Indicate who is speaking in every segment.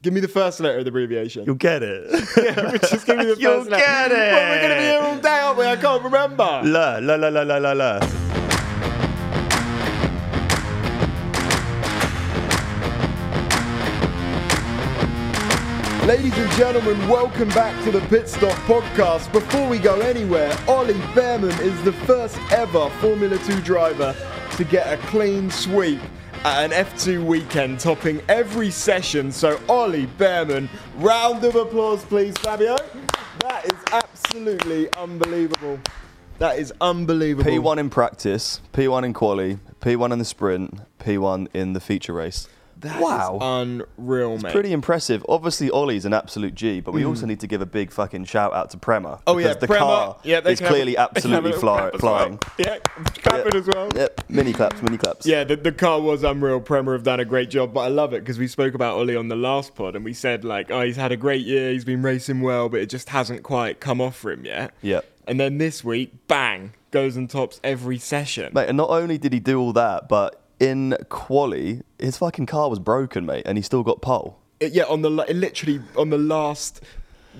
Speaker 1: Give me the first letter of the abbreviation.
Speaker 2: You'll get it.
Speaker 1: Just give me the
Speaker 2: You'll
Speaker 1: first letter.
Speaker 2: get
Speaker 1: Well, we're gonna be
Speaker 2: it.
Speaker 1: here all day, aren't we? I can't remember.
Speaker 2: La la la la la la la.
Speaker 1: Ladies and gentlemen, welcome back to the Pit Stop Podcast. Before we go anywhere, Ollie Behrman is the first ever Formula 2 driver to get a clean sweep at an F2 weekend, topping every session. So, Ollie Behrman, round of applause, please, Fabio. That is absolutely unbelievable. That is unbelievable.
Speaker 3: P1 in practice, P1 in quali, P1 in the sprint, P1 in the feature race.
Speaker 1: That is
Speaker 3: wow.
Speaker 1: unreal, mate.
Speaker 3: Pretty impressive. Obviously, Ollie's an absolute G, but
Speaker 2: Mm.
Speaker 3: we also need to give a big fucking shout out to Prema.
Speaker 1: Oh yeah,
Speaker 3: because the
Speaker 1: Prema-
Speaker 3: car
Speaker 1: yeah, they
Speaker 3: is
Speaker 1: can have-
Speaker 3: clearly
Speaker 1: they can have
Speaker 3: absolutely
Speaker 1: a
Speaker 3: fly-
Speaker 1: clap as
Speaker 3: flying.
Speaker 1: Well. Yeah, clapping as well.
Speaker 3: Yep, mini claps, mini claps.
Speaker 1: Yeah, the, the car was unreal. Prema have done a great job, but I love it because we spoke about Ollie on the last pod and we said, like, oh, he's had a great year, he's been racing well, but it just hasn't quite come off for him yet.
Speaker 3: Yep.
Speaker 1: And then this week, bang, goes and tops every session.
Speaker 3: Mate, and not only did he do all that, but in quali, his fucking car was broken, mate, and he still got pole.
Speaker 1: It- yeah, on the la- it literally on the last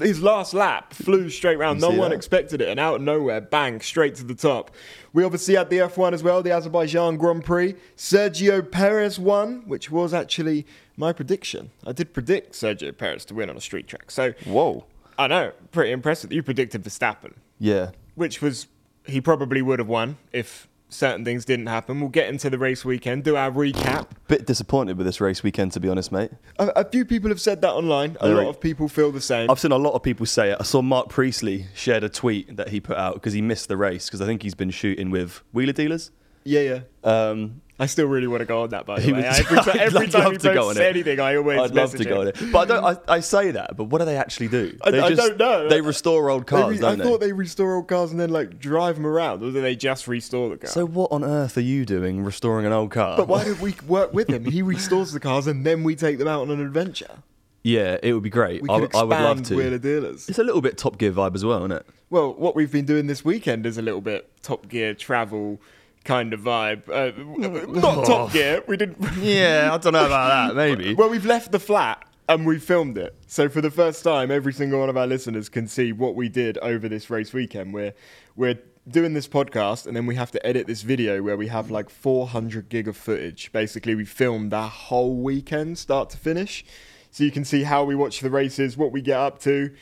Speaker 1: his last lap flew straight round.
Speaker 3: You
Speaker 1: No
Speaker 3: see
Speaker 1: one
Speaker 3: that?
Speaker 1: expected it, and out of nowhere, bang, straight to the top. We obviously had the F1 as well, the Azerbaijan Grand Prix. Sergio Perez won, which was actually my prediction. I did predict Sergio Perez to win on a street track. So
Speaker 3: Whoa.
Speaker 1: I know, pretty impressive. You predicted Verstappen
Speaker 3: Yeah.
Speaker 1: which was he probably would have won if certain things didn't happen. We'll get into the race weekend, do our recap.
Speaker 3: Bit disappointed with this race weekend, to be honest, mate.
Speaker 1: A, a few people have said that online. A
Speaker 3: There
Speaker 1: lot
Speaker 3: we-
Speaker 1: of people feel the same.
Speaker 2: I've seen a lot of people say it. I saw Mark Priestley shared a tweet that he put out because he missed the race because I think he's been shooting with wheeler dealers.
Speaker 1: yeah, yeah.
Speaker 2: Um,
Speaker 1: I still really want to go on that, by the
Speaker 2: He
Speaker 1: way.
Speaker 2: was-
Speaker 1: Every, ti-
Speaker 2: I'd
Speaker 1: every
Speaker 2: love-
Speaker 1: time
Speaker 2: love
Speaker 1: he
Speaker 2: to go
Speaker 1: posts
Speaker 2: on it.
Speaker 1: anything, I always
Speaker 2: I'd love to
Speaker 1: message
Speaker 2: go
Speaker 1: him.
Speaker 2: on it, but I don't. I, I say that, but what do they actually do?
Speaker 1: I-
Speaker 2: They
Speaker 1: I don't know.
Speaker 2: They restore old
Speaker 1: They re-
Speaker 2: cars,
Speaker 1: I
Speaker 2: don't they?
Speaker 1: thought they restore old cars and then like drive them around, or do they just restore the car?
Speaker 3: So, what on earth are you doing restoring an old car?
Speaker 1: but why don't we work with him? He restores the cars and then we take them out on an adventure.
Speaker 2: Yeah, it would be great.
Speaker 1: We
Speaker 2: I,
Speaker 1: could
Speaker 2: I
Speaker 1: expand
Speaker 2: would love to.
Speaker 1: Wheeler Dealers.
Speaker 2: It's a little bit Top Gear vibe as well, isn't it?
Speaker 1: Well, what we've been doing this weekend is a little bit Top Gear travel kind of vibe. Uh, w- not Top Gear. We didn't.
Speaker 2: Yeah, I don't know about that. Maybe.
Speaker 1: well, we've left the flat and we filmed it. So for the first time, every single one of our listeners can see what we did over this race weekend. We're we're doing this podcast and then we have to edit this video where we have like 400 gig of footage. Basically, we filmed our whole weekend, start to finish. So you can see how we watch the races, what we get up to.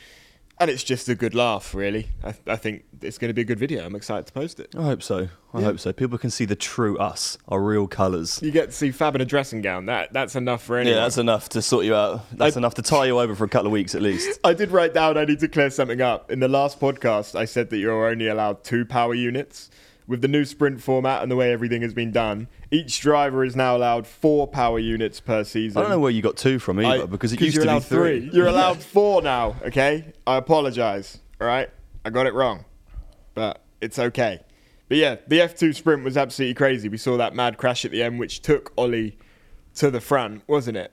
Speaker 1: And it's just a good laugh, really. I, I think it's going to be a good video. I'm excited to post it.
Speaker 2: I hope so. I hope so. People can see the true us, our real colours.
Speaker 1: You get to see Fab in a dressing gown. That that's enough for anyone.
Speaker 3: Yeah, that's enough to sort you out. That's
Speaker 1: I-
Speaker 3: enough to tie you over for a couple of weeks at least.
Speaker 1: I did write down I need to clear something up. In the last podcast, I said that you're only allowed two power units. With the new sprint format and the way everything has been done, each driver is now allowed four power units per season.
Speaker 3: I don't know where you got two from either,
Speaker 1: I-
Speaker 3: because it
Speaker 1: 'cause
Speaker 3: used
Speaker 1: you're
Speaker 3: to be
Speaker 1: allowed
Speaker 3: 3
Speaker 1: You're allowed four now, okay? I apologize, all right? I got it wrong, but it's okay. But yeah, the F2 sprint was absolutely crazy. We saw that mad crash at the end, which took Ollie to the front, wasn't it?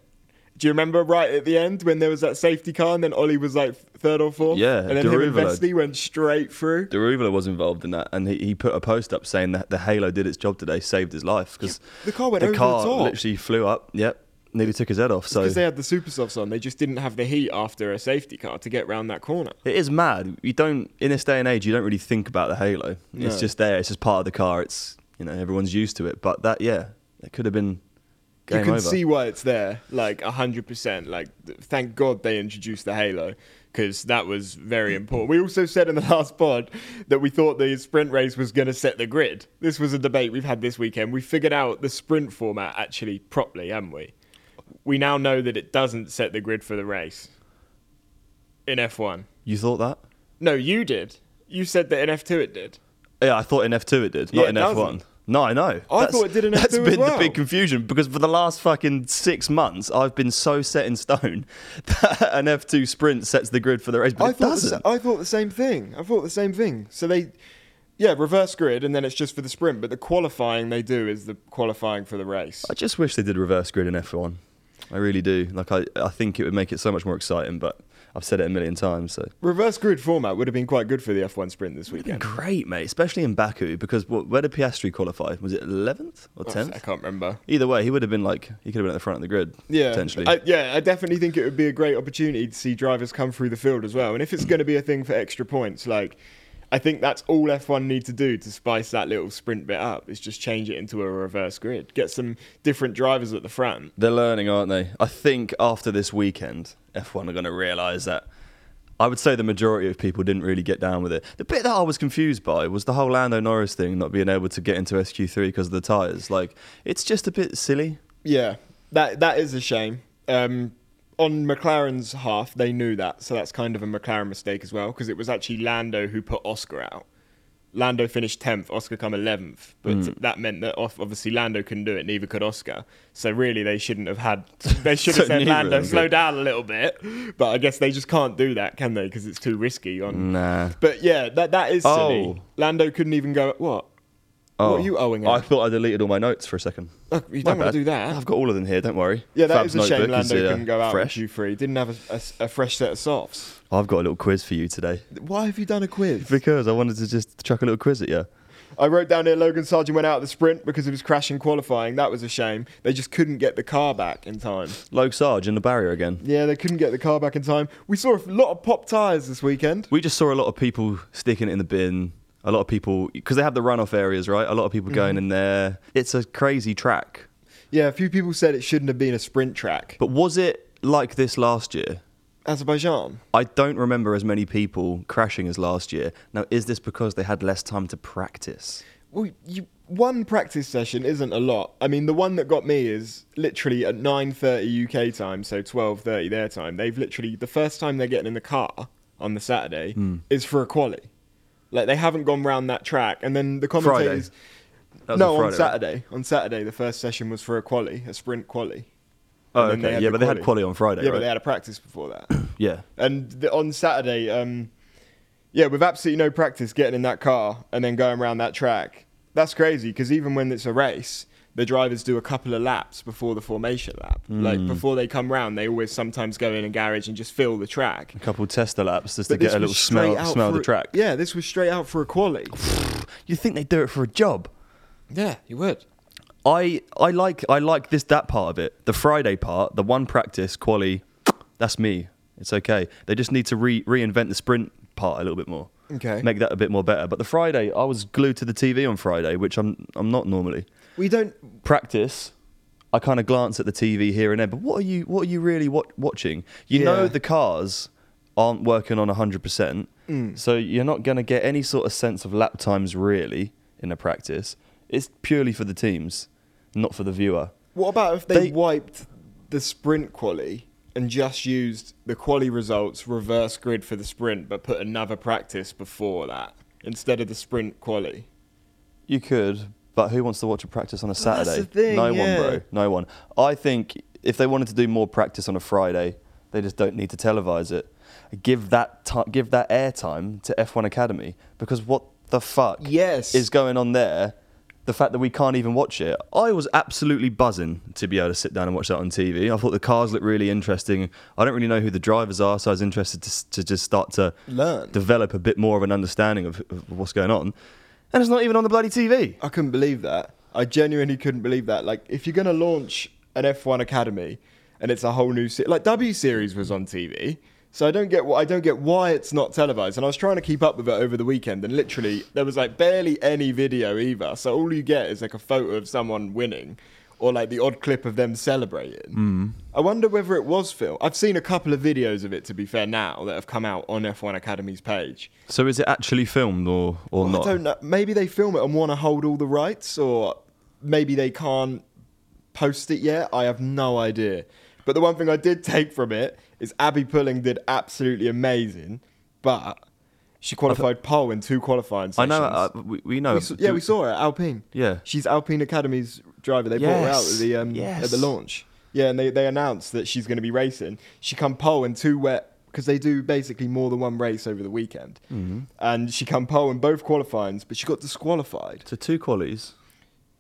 Speaker 1: Do you remember right at the end when there was that safety car and then Ollie was like third or fourth?
Speaker 2: Yeah,
Speaker 1: And then him and
Speaker 2: Deruvala.
Speaker 1: Vesty went straight through.
Speaker 2: Deruvela was involved in that, and he, he put a post up saying that the Halo did its job today, saved his life because
Speaker 1: the car went over the top.
Speaker 2: literally flew up. Yep, nearly took his head off. So
Speaker 1: Because they had the super softs on, they just didn't have the heat after a safety car to get round that corner.
Speaker 2: It is mad. You don't in this day and age you don't really think about the halo.
Speaker 1: No.
Speaker 2: It's just there. It's just part of the car. It's you know everyone's used to it. But that yeah, it could have been game
Speaker 1: you can
Speaker 2: over.
Speaker 1: see why it's there, like hundred percent. Like, th- thank God they introduced the Halo because that was very important. We also said in the last pod that we thought the sprint race was going to set the grid. This was a debate we've had this weekend. We figured out the sprint format actually properly, haven't we? We now know that it doesn't set the grid for the race in F one.
Speaker 2: you thought that?
Speaker 1: No, you did. You said that in F two it did.
Speaker 2: Yeah, I thought in F two it did, not
Speaker 1: Yeah, it
Speaker 2: in F one.
Speaker 1: doesn't.
Speaker 2: No, I know.
Speaker 1: I thought it did in
Speaker 2: That's
Speaker 1: F2 as
Speaker 2: been
Speaker 1: well.
Speaker 2: the big confusion because for the last fucking six months I've been so set in stone that an F two sprint sets the grid for the race, but
Speaker 1: I
Speaker 2: it
Speaker 1: thought the, sa-
Speaker 2: doesn't.
Speaker 1: I thought the same thing. I thought the same thing. So they, yeah, reverse grid, and then it's just for the sprint. But the qualifying they do is the qualifying for the race.
Speaker 2: I just wish they did reverse grid in F one. I really do. Like I, I think it would make it so much more exciting, but I've said it a million times, so
Speaker 1: Reverse grid format would have been quite good for the F1 sprint this
Speaker 2: been
Speaker 1: weekend.
Speaker 2: great, mate, especially in Baku because what, where did Piastri qualify? Was it 11th or
Speaker 1: I
Speaker 2: 10th?
Speaker 1: can't remember.
Speaker 2: Either way, he would have been like he could have been at the front of the grid
Speaker 1: Yeah,
Speaker 2: potentially.
Speaker 1: I, yeah, I definitely think it would be a great opportunity to see drivers come through the field as well. And if it's going to be a thing for extra points, like I think that's all F1 need to do to spice that little sprint bit up is just change it into a reverse grid, get some different drivers at the front.
Speaker 2: They're learning, aren't they? I think after this weekend, F1 are going to realise that. I would say the majority of people didn't really get down with it. The bit that I was confused by was the whole Lando Norris thing, not being able to get into SQ3 because of the tyres. Like, it's just a bit silly.
Speaker 1: Yeah, that that is a shame. Um, on McLaren's half, they knew that, so that's kind of a McLaren mistake as well, because it was actually Lando who put Oscar out. Lando finished tenth, Oscar come eleventh, but
Speaker 2: Mm.
Speaker 1: that meant that off, obviously Lando couldn't do it, neither could Oscar. So really, they shouldn't have had. They should have
Speaker 2: So
Speaker 1: said
Speaker 2: neither of
Speaker 1: Lando,
Speaker 2: them
Speaker 1: slow
Speaker 2: could.
Speaker 1: down a little bit, but I guess they just can't do that, can they? Because it's too risky on.
Speaker 2: Nah.
Speaker 1: But yeah, that that is silly.
Speaker 2: Mm. Oh.
Speaker 1: Lando couldn't even go. What? What are you owing
Speaker 2: I
Speaker 1: us?
Speaker 2: thought I deleted all my notes for a second.
Speaker 1: Oh, you
Speaker 2: My
Speaker 1: don't want
Speaker 2: bad.
Speaker 1: to do that.
Speaker 2: I've got all of them here, don't worry.
Speaker 1: Yeah, that
Speaker 2: Fab's
Speaker 1: is a shame
Speaker 2: notebook is,
Speaker 1: Lando
Speaker 2: uh,
Speaker 1: couldn't go out
Speaker 2: fresh.
Speaker 1: with you free. Didn't have a, a- a fresh set of softs.
Speaker 2: I've got a little quiz for you today.
Speaker 1: Why have you done a quiz?
Speaker 2: Because I wanted to just chuck a little quiz at you.
Speaker 1: I wrote down here Logan Sargent went out of the sprint because he was crashing qualifying. That was a shame. They just couldn't get the car back in time.
Speaker 2: Log Sarge in the barrier again.
Speaker 1: Yeah, they couldn't get the car back in time. We saw a lot of pop tyres this weekend.
Speaker 2: we just saw a lot of people sticking it in the bin. A lot of people because they have the runoff areas, right? A lot of people going in there. It's a crazy track.
Speaker 1: Yeah, a few people said it shouldn't have been a sprint track.
Speaker 2: But was it like this last year?
Speaker 1: Azerbaijan.
Speaker 2: I don't remember as many people crashing as last year. Now, is this because they had less time to practice?
Speaker 1: Well, you, one practice session isn't a lot. I mean, the one that got me is literally at 9:30 UK time, so 12:30 their time. They've literally the first time they're getting in the car on the Saturday
Speaker 2: Hmm.
Speaker 1: is for a quali. Like they haven't gone round that track, and then the
Speaker 2: Friday.
Speaker 1: commentators.
Speaker 2: That was
Speaker 1: no,
Speaker 2: on
Speaker 1: on,
Speaker 2: Friday, right?
Speaker 1: Saturday. On Saturday, the first session was for a quali, a sprint quali.
Speaker 2: Oh,
Speaker 1: And then
Speaker 2: okay. yeah,
Speaker 1: the
Speaker 2: but they had quality on Friday,
Speaker 1: Yeah,
Speaker 2: right?
Speaker 1: but they had a practice before that.
Speaker 2: yeah.
Speaker 1: And the, on Saturday, um, yeah, with absolutely no practice, getting in that car and then going around that track. That's crazy because even when it's a race, the drivers do a couple of laps before the formation lap. Like
Speaker 2: Mm.
Speaker 1: before they come round, they always sometimes go in a garage and just fill the track.
Speaker 2: A couple tester laps just
Speaker 1: But
Speaker 2: to
Speaker 1: this
Speaker 2: get
Speaker 1: was
Speaker 2: a little
Speaker 1: straight
Speaker 2: smell,
Speaker 1: out
Speaker 2: smell of
Speaker 1: for
Speaker 2: the
Speaker 1: a-
Speaker 2: track.
Speaker 1: Yeah, this was straight out for a quali.
Speaker 2: You think they do it for a job?
Speaker 1: yeah, you would.
Speaker 2: I I like I like this that part of it. The Friday part, the one practice quali, that's me. It's okay. They just need to re- reinvent the sprint part a little bit more.
Speaker 1: Okay.
Speaker 2: Make that a bit more better. But the Friday, I was glued to the TV on Friday, which I'm I'm not normally.
Speaker 1: We don't.
Speaker 2: Practice, I kind of glance at the TV here and there, but what are you what are you really wa- watching? You know
Speaker 1: Yeah.
Speaker 2: the cars aren't working on 100%. So you're not going to get any sort of sense of lap times really in a practice. It's purely for the teams, not for the viewer.
Speaker 1: What about if they,
Speaker 2: They-
Speaker 1: wiped the sprint quali and just used the quali results reverse grid for the sprint, but put another practice before that instead of the sprint quali?
Speaker 2: You could, but who wants to watch a practice on a Saturday?
Speaker 1: the thing,
Speaker 2: no
Speaker 1: yeah.
Speaker 2: one, bro. No one. I think if they wanted to do more practice on a Friday, they just don't need to televise it. Give that ti give that airtime to F1 Academy because what the fuck
Speaker 1: Yes.
Speaker 2: is going on there? The fact that we can't even watch it. I was absolutely buzzing to be able to sit down and watch that on TV. I thought the cars looked really interesting. I don't really know who the drivers are, so I was interested to, s- to just start to
Speaker 1: Learn.
Speaker 2: develop a bit more of an understanding of, of what's going on. And it's not even on the bloody TV.
Speaker 1: I couldn't believe that. I genuinely couldn't believe that. Like, if you're going to launch an F1 Academy and it's a whole new se- like W Series was on TV, so I don't get wh- I don't get why it's not televised. And I was trying to keep up with it over the weekend, and literally there was like barely any video either. So all you get is like a photo of someone winning. Or like the odd clip of them celebrating. Mm. I wonder whether it was Phil. I've seen a couple of videos of it, to be fair, now that have come out on F1 Academy's page.
Speaker 2: So is it actually filmed or or
Speaker 1: I
Speaker 2: not?
Speaker 1: don't know. Maybe they film it and want to hold all the rights, or maybe they can't post it yet. I have no idea. But the one thing I did take from it is Abby Pulling did absolutely amazing, but she qualified pole in two qualifying
Speaker 2: I
Speaker 1: sessions.
Speaker 2: know. Uh, we, we know.
Speaker 1: We saw- yeah, we saw her at Alpine.
Speaker 2: Yeah.
Speaker 1: She's Alpine Academy's driver. They brought her out
Speaker 2: Yes.
Speaker 1: at the, um, at
Speaker 2: Yes.
Speaker 1: the launch. Yeah, and they, they announced that she's going to be racing. She come pole in two wet because they do basically more than one race over the weekend.
Speaker 2: Mm-hmm.
Speaker 1: And she come pole in both qualifyings, but she got disqualified.
Speaker 2: So two qualies.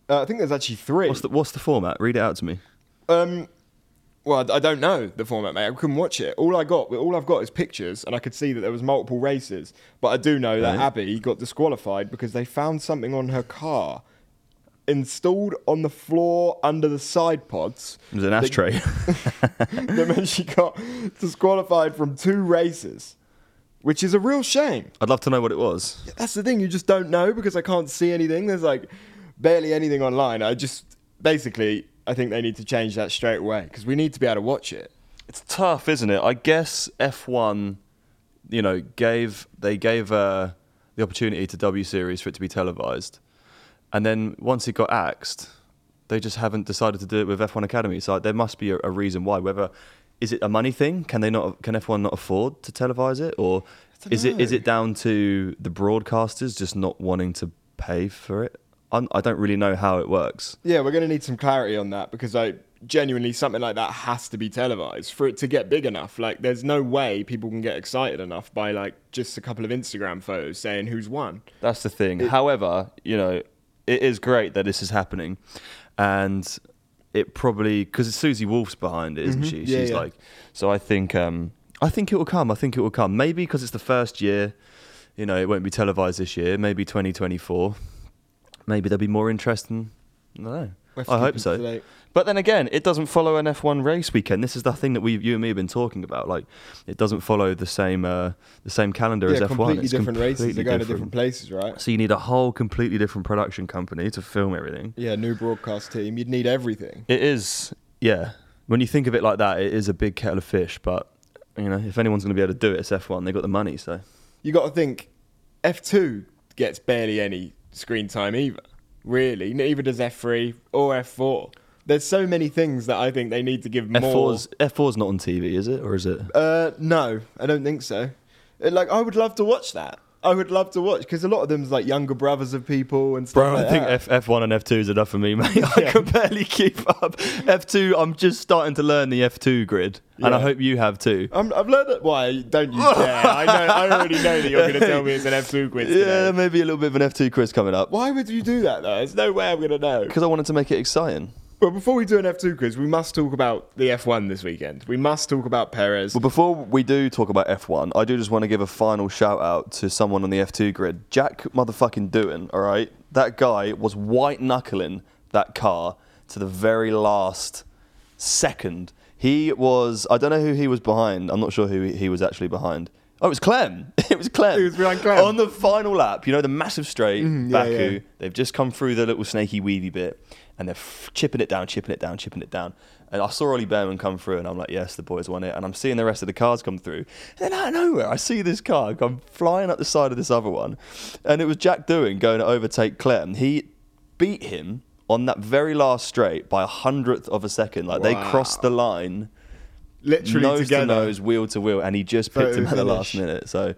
Speaker 1: Uh, I think there's actually three.
Speaker 2: What's the What's the format? Read it out to me.
Speaker 1: um, Well, I I don't know the format, mate. I couldn't watch it. All I got, all I've got, is pictures, and I could see that there was multiple races. But I do know that
Speaker 2: Right.
Speaker 1: Abby got disqualified because they found something on her car, installed on the floor under the side pods.
Speaker 2: It was an
Speaker 1: that-
Speaker 2: ashtray.
Speaker 1: that meant she got disqualified from two races, which is a real shame.
Speaker 2: I'd love to know what it was.
Speaker 1: That's the thing, you just don't know because I can't see anything. There's like barely anything online. I just basically, I think they need to change that straight away because we need to be able to watch it.
Speaker 2: It's tough, isn't it? I guess F1, you know, gave they gave uh, the opportunity to W Series for it to be televised, and then once it got axed, they just haven't decided to do it with F1 Academy. So there must be a, a reason why. Whether is it a money thing? Can they not? Can F1 not afford to televise it, or
Speaker 1: don't
Speaker 2: is it is
Speaker 1: know.
Speaker 2: it down to the broadcasters just not wanting to pay for it? I'm, I don't really know how it works.
Speaker 1: Yeah, we're going to need some clarity on that because I genuinely something like that has to be televised for it to get big enough. Like, there's no way people can get excited enough by like just a couple of Instagram photos saying who's won.
Speaker 2: That's the thing. However, you know, it is great that this is happening, and it probably because Susie Wolf's behind it, isn't she?
Speaker 1: Mm-hmm. Yeah,
Speaker 2: She's
Speaker 1: yeah.
Speaker 2: like, so I think, um, I think it will come. I think it will come. Maybe because it's the first year, you know, it won't be televised this year. Maybe 2024. Maybe there'll be more interest in. I don't know.
Speaker 1: We'll have to
Speaker 2: I
Speaker 1: keep
Speaker 2: hope
Speaker 1: them
Speaker 2: so.
Speaker 1: to date.
Speaker 2: But then again, it doesn't follow an F1 race weekend. This is the thing that we, you and me, have been talking about. Like, it doesn't follow the same uh, the same calendar as
Speaker 1: yeah,
Speaker 2: F1.
Speaker 1: completely
Speaker 2: It's
Speaker 1: different races.
Speaker 2: completely
Speaker 1: They're going to different
Speaker 2: different.
Speaker 1: places, right?
Speaker 2: So you need a whole completely different production company to film everything.
Speaker 1: Yeah, new broadcast team. You'd need everything.
Speaker 2: It is, yeah. When you think of it like that, it is a big kettle of fish. But you know, if anyone's going to be able to do it, it's F1. They got the money, so
Speaker 1: you got to think F2 gets barely any screen time either, really. Neither does F3 or F4. There's so many things that I think they need to give more.
Speaker 2: F4's F4's not on TV, is it, or is it?
Speaker 1: Uh, no, I don't think so. It- like, I would love to watch that. I would love to watch because a lot of them's like younger brothers of people and stuff.
Speaker 2: Bro, uh, I
Speaker 1: like
Speaker 2: think
Speaker 1: that.
Speaker 2: F- F1 and F2 is enough for me, mate. I can barely keep up. F2, I'm just starting to learn the F2 grid, and I
Speaker 1: Yeah.
Speaker 2: hope you have too.
Speaker 1: I'm, I've learned that. Why don't you dare? I know. I already know that you're going to tell me it's an F2 quiz.
Speaker 2: Yeah,
Speaker 1: today.
Speaker 2: maybe a little bit of an F2 quiz coming up
Speaker 1: Why would you do that though? There's no way I'm going to know.
Speaker 2: because I wanted to make it exciting.
Speaker 1: But before we do an F2 quiz, we must talk about the F1 this weekend. We must talk about Perez.
Speaker 3: Well, before we do talk about F1, I do just want to give a final shout out to someone on the F2 grid. Jack motherfucking Doohan, all right? That guy was white knuckling that car to the very last second. He was, I don't know who he was behind. I'm not sure who he he was actually behind. Oh, it was Clem. It was Clem.
Speaker 1: He was behind Clem.
Speaker 3: On the final lap, you know, the massive straight,
Speaker 1: Mm-hmm. yeah,
Speaker 3: Baku.
Speaker 1: yeah.
Speaker 3: They've just come through the little snaky weedy bit, and they're f- chipping it down, chipping it down, chipping it down. And I saw Ollie Behrman come through, and I'm like, yes, the boys won it. And I'm seeing the rest of the cars come through. And then out of nowhere, I see this car come flying up the side of this other one, and it was Jack Doohan going to overtake Clem. He beat him on that very last straight by a hundredth of a second. Like they
Speaker 1: Wow.
Speaker 3: crossed the line,
Speaker 1: literally
Speaker 3: nose
Speaker 1: together.
Speaker 3: to nose, wheel to wheel, and he just
Speaker 1: Photo
Speaker 3: picked him at the
Speaker 1: finish.
Speaker 3: last minute. So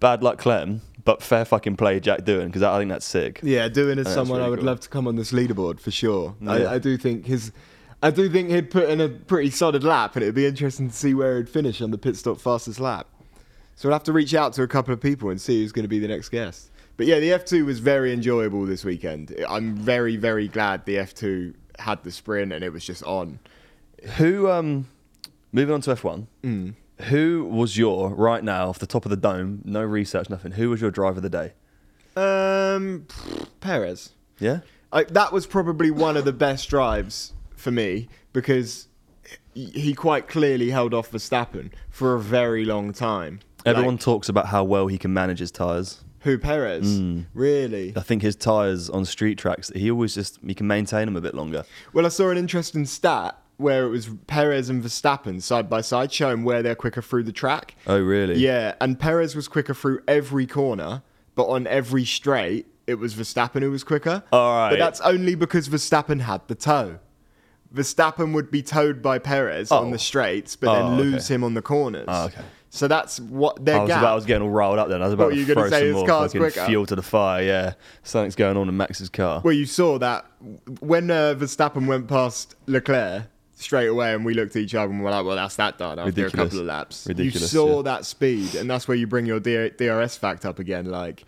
Speaker 3: bad luck, Clem. But fair fucking play, Jack Doohan, because I think that's sick.
Speaker 1: Yeah, doing as
Speaker 3: That's
Speaker 1: someone I
Speaker 3: really
Speaker 1: would
Speaker 3: cool.
Speaker 1: love to come on this leaderboard for sure.
Speaker 3: Yeah.
Speaker 1: I, I do think his, I do think he'd put in a pretty solid lap, and it'd be interesting to see where he'd finish on the pit stop fastest lap. So we'll have to reach out to a couple of people and see who's going to be the next guest. But yeah, the F2 was very enjoyable this weekend. I'm very, very glad the F2 had the sprint and it was just on.
Speaker 2: Who, um, moving on to F1,
Speaker 1: Mm.
Speaker 2: who was your, right now, off the top of the dome, no research, nothing, who was your driver of the day?
Speaker 1: Um, Perez.
Speaker 2: Yeah?
Speaker 1: I, that was probably one of the best drives for me because he he quite clearly held off Verstappen for a very long time.
Speaker 2: Everyone
Speaker 1: Like,
Speaker 2: talks about how well he can manage his tyres.
Speaker 1: who Perez? Really?
Speaker 2: I think his tyres on street tracks, he always just, he can maintain them a bit longer.
Speaker 1: Well, I saw an interesting stat where it was Perez and Verstappen side by side, showing where they're quicker through the track.
Speaker 2: Oh, really?
Speaker 1: Yeah, and Perez was quicker through every corner, but on every straight, it was Verstappen who was quicker.
Speaker 2: All right.
Speaker 1: But that's only because Verstappen had the toe. Verstappen would be towed by Perez on
Speaker 2: Oh.
Speaker 1: the straights, but
Speaker 2: Oh,
Speaker 1: then
Speaker 2: okay.
Speaker 1: lose him on the corners.
Speaker 2: Oh, okay.
Speaker 1: So that's what their
Speaker 2: I was,
Speaker 1: gap.
Speaker 2: about, I was getting all riled up then. I was about
Speaker 1: What,
Speaker 2: to
Speaker 1: you gonna
Speaker 2: throw
Speaker 1: say
Speaker 2: some
Speaker 1: his
Speaker 2: more
Speaker 1: car's
Speaker 2: fucking
Speaker 1: quicker?
Speaker 2: fuel to the fire. Yeah, something's going on in Max's car.
Speaker 1: Well, you saw that when uh, Verstappen went past Leclerc straight away, and we looked at each other and were like, "Well, that's that done after a
Speaker 2: Ridiculous.
Speaker 1: couple of laps."
Speaker 2: Ridiculous,
Speaker 1: you saw
Speaker 2: yeah.
Speaker 1: that speed, and that's where you bring your D- DRS fact up again. Like,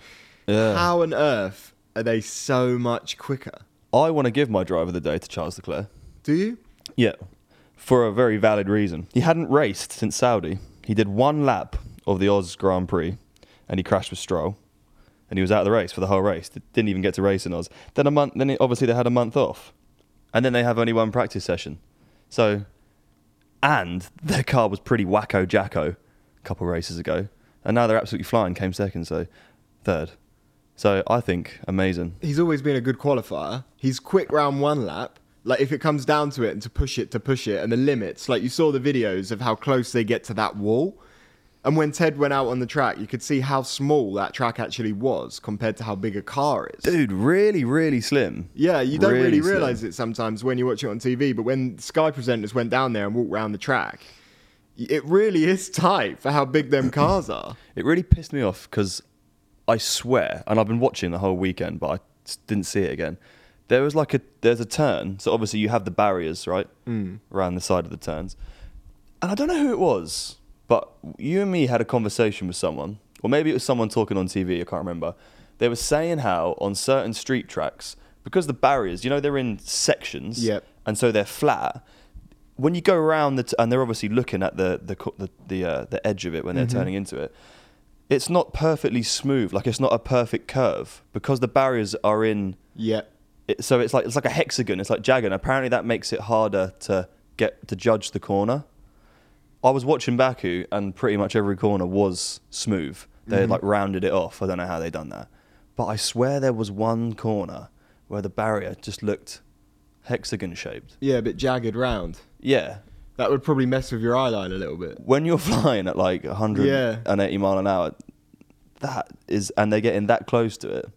Speaker 2: Yeah.
Speaker 1: how on earth are they so much quicker?
Speaker 2: I want to give my driver of the day to Charles Leclerc.
Speaker 1: Do you?
Speaker 2: Yeah. for a very valid reason. He hadn't raced since Saudi. He did one lap of the Oz Grand Prix and he crashed with Stroll. And he was out of the race for the whole race. Didn't even get to race in Oz. Then a month then obviously they had a month off. And then they have only one practice session. So and their car was pretty wacko jacko a couple races ago. And now they're absolutely flying, came second, so third. So I think amazing.
Speaker 1: He's always been a good qualifier. He's quick round one lap. Like if it comes down to it and to push it to push it and the limits, like you saw the videos of how close they get to that wall. And when Ted went out on the track, you could see how small that track actually was compared to how big a car is.
Speaker 2: Dude, really, really slim.
Speaker 1: Yeah, you don't really,
Speaker 2: slim.
Speaker 1: realize it sometimes when you watch it on TV, but when Sky presenters went down there and walked round the track, y- it really is tight for how big them cars are.
Speaker 2: It really pissed me off because I swear, and I've been watching the whole weekend, but I s- didn't see it again. There was like a there's a turn, so obviously you have the barriers right around the side of the turns, and I don't know who it was, but you and me had a conversation with someone, or maybe it was someone talking on TV. I can't remember. They were saying how on certain street tracks, because the barriers, you know, they're in sections,
Speaker 1: Yep.
Speaker 2: and so they're flat. When you go around the t- and they're obviously looking at the the co- the the, uh, the edge of it when they're turning into it, it's not perfectly smooth. Like it's not a perfect curve because the barriers are in.
Speaker 1: Yeah.
Speaker 2: It, so it's like it's like a hexagon. It's like jagged. And apparently that makes it harder to get to judge the corner. I was watching Baku, and pretty much every corner was smooth. They
Speaker 1: Mm-hmm.
Speaker 2: had like rounded it off. I don't know how they done that, but I swear there was one corner where the barrier just looked hexagon shaped.
Speaker 1: Yeah, a bit jagged round.
Speaker 2: Yeah,
Speaker 1: That would probably mess with your eyeline a little bit.
Speaker 2: when you're flying at like 180 mile an hour, that is, and they're getting that close to it.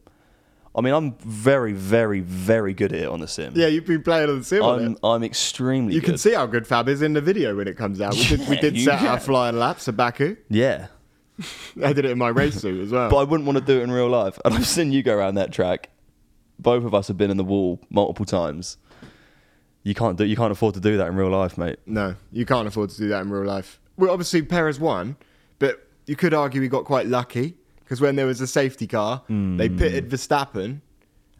Speaker 2: I mean, I'm very, very, very good at it on the sim.
Speaker 1: Yeah, you've been playing on the sim on
Speaker 2: I'm,
Speaker 1: it.
Speaker 2: I'm extremely
Speaker 1: You
Speaker 2: good.
Speaker 1: can see how good Fab is in the video when it comes out. We did, we
Speaker 2: Yeah,
Speaker 1: did
Speaker 2: you
Speaker 1: set our
Speaker 2: can.
Speaker 1: flying laps at Baku.
Speaker 2: yeah.
Speaker 1: I did it in my race suit as well.
Speaker 2: But I wouldn't want to do it in real life. And I've seen you go around that track. Both of us have been in the wall multiple times. You can't do. You can't afford to do that in real life, mate.
Speaker 1: no, you can't afford to do that in real life. Well, obviously Perez won, but you could argue he got quite lucky because when there was a safety car, they
Speaker 2: Hmm.
Speaker 1: pitted Verstappen,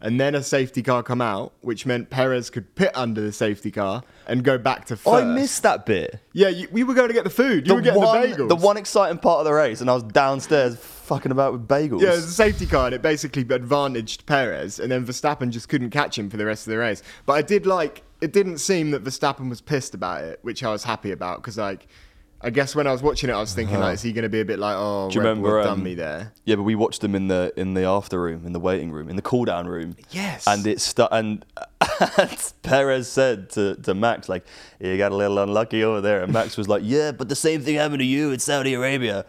Speaker 1: and then a safety car come out, which meant Perez could pit under the safety car and go back to first.
Speaker 2: I missed that bit.
Speaker 1: Yeah, you, we were going to get the food. You were getting
Speaker 2: one,
Speaker 1: the bagels.
Speaker 2: one exciting part of the race, and I was downstairs fucking about with bagels.
Speaker 1: Yeah, it was a safety car, and it basically advantaged Perez, and then Verstappen just couldn't catch him for the rest of the race. But I did like it didn't seem that Verstappen was pissed about it, which I was happy about because like I guess when I was watching it, I was thinking like, is he going to be a bit like, oh,
Speaker 2: Uh-huh. Do you
Speaker 1: Red
Speaker 2: remember,
Speaker 1: Bull done
Speaker 2: um,
Speaker 1: me there?
Speaker 2: Yeah, but we watched them in the in the after room, in the waiting room, in the cool down room.
Speaker 1: Yes.
Speaker 2: And it stu- and, and Perez said to, to Max like, "You got a little unlucky over there." And Max was like, "Yeah, but the same thing happened to you in Saudi Arabia."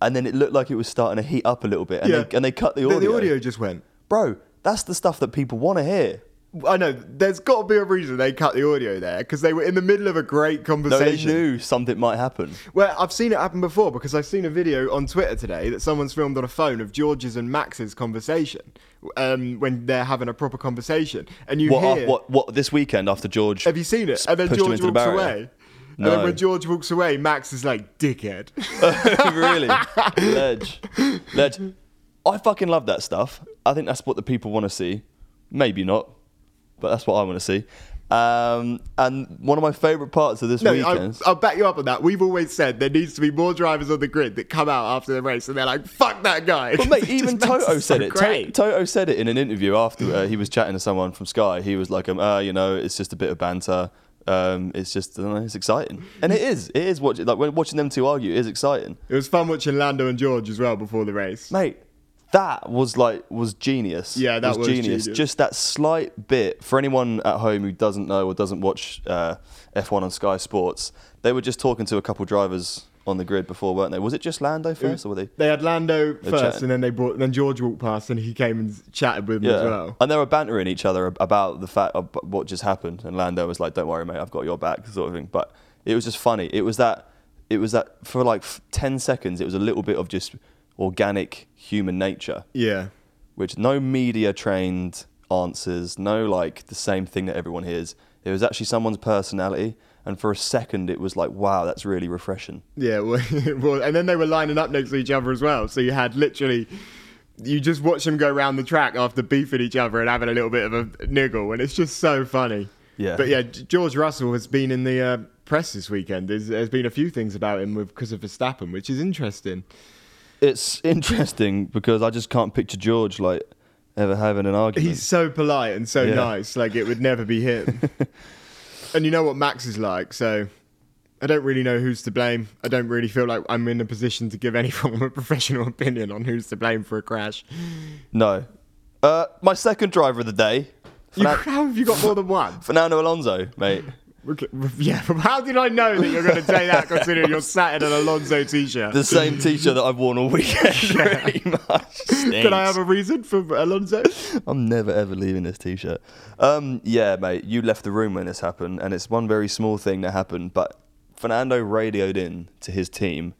Speaker 2: And then it looked like it was starting to heat up a little bit, and, they, and they cut the audio.
Speaker 1: The audio just went.
Speaker 2: bro. That's the stuff that people want to hear.
Speaker 1: I know there's got to be a reason they cut the audio there because they were in the middle of a great
Speaker 2: No, they
Speaker 1: conversation.
Speaker 2: knew something might happen.
Speaker 1: Well, I've seen it happen before because I've seen a video on Twitter today that someone's filmed on a phone of George's and Max's conversation um, when they're having a proper conversation, and you
Speaker 2: What,
Speaker 1: hear.
Speaker 2: af- what? What? This weekend after George?
Speaker 1: Have you seen it?
Speaker 2: s-
Speaker 1: And then
Speaker 2: pushed him
Speaker 1: George
Speaker 2: into the
Speaker 1: walks
Speaker 2: barrier?
Speaker 1: away.
Speaker 2: No.
Speaker 1: And then when George walks away, Max is like, "Dickhead."
Speaker 2: really? Ledge. Ledge. I fucking love that stuff. I think that's what the people want to see. Maybe not, but that's what I want to see. Um, and one of my favourite parts of this
Speaker 1: no, I,
Speaker 2: weekend.
Speaker 1: I'll back you up on that. We've always said there needs to be more drivers on the grid that come out after the race, and they're like, "Fuck that guy."
Speaker 2: but mate,
Speaker 1: It just
Speaker 2: even
Speaker 1: makes
Speaker 2: Toto
Speaker 1: so
Speaker 2: said it. To-
Speaker 1: Great.
Speaker 2: Toto said it in an interview after uh, he was chatting to someone from Sky. He was like, um, uh, you know, it's just a bit of banter. Um, it's just, I don't know, it's exciting, and it is. It is watching like when watching them two argue it is exciting.
Speaker 1: it was fun watching Lando and George as well before the race.
Speaker 2: mate that was like was genius
Speaker 1: Yeah, that was genius.
Speaker 2: just that slight bit for anyone at home who doesn't know or doesn't watch uh, f1 on sky sports they were just talking to a couple drivers on the grid before weren't they was it just lando first or were they
Speaker 1: They had Lando first,
Speaker 2: chatting.
Speaker 1: and then they brought. Then George walked past, and he came and chatted with him
Speaker 2: yeah
Speaker 1: as well.
Speaker 2: and they were bantering each other ab- about the fact of what just happened and lando was like don't worry mate i've got your back sort of thing but it was just funny it was that it was that for like f- 10 seconds it was a little bit of just organic human nature
Speaker 1: Yeah,
Speaker 2: which no media trained answers, no like the same thing that everyone hears. It was actually someone's personality, and for a second it was like, wow, that's really refreshing.
Speaker 1: yeah. Well, well, and then they were lining up next to each other as well. So you had literally, you just watch them go around the track after beefing each other and having a little bit of a niggle, and it's just so funny.
Speaker 2: Yeah.
Speaker 1: But yeah, G- George Russell has been in the uh, press this weekend. There's, there's been a few things about him because of Verstappen, which is interesting.
Speaker 2: It's interesting because I just can't picture George like ever having an argument.
Speaker 1: He's so polite and so
Speaker 2: Yeah.
Speaker 1: nice, like it would never be him. and you know what Max is like, so I don't really know who's to blame. I don't really feel like I'm in a position to give anyone a professional opinion on who's to blame for a crash.
Speaker 2: no. Uh, my second driver of the day,
Speaker 1: You,
Speaker 2: Fernan-
Speaker 1: how have you got more than one?
Speaker 2: Fernando Alonso, mate.
Speaker 1: Okay, Yeah, how did I know that you're going to say that considering you're sat in an Alonso t shirt?
Speaker 2: The same T-shirt that I've worn all weekend, pretty much.
Speaker 1: Can I
Speaker 2: Stinks.
Speaker 1: have a reason for Alonso?
Speaker 2: I'm never ever leaving this t-shirt. Um, yeah, mate, you left the room when this happened, and it's one very small thing that happened. But Fernando radioed in to his team,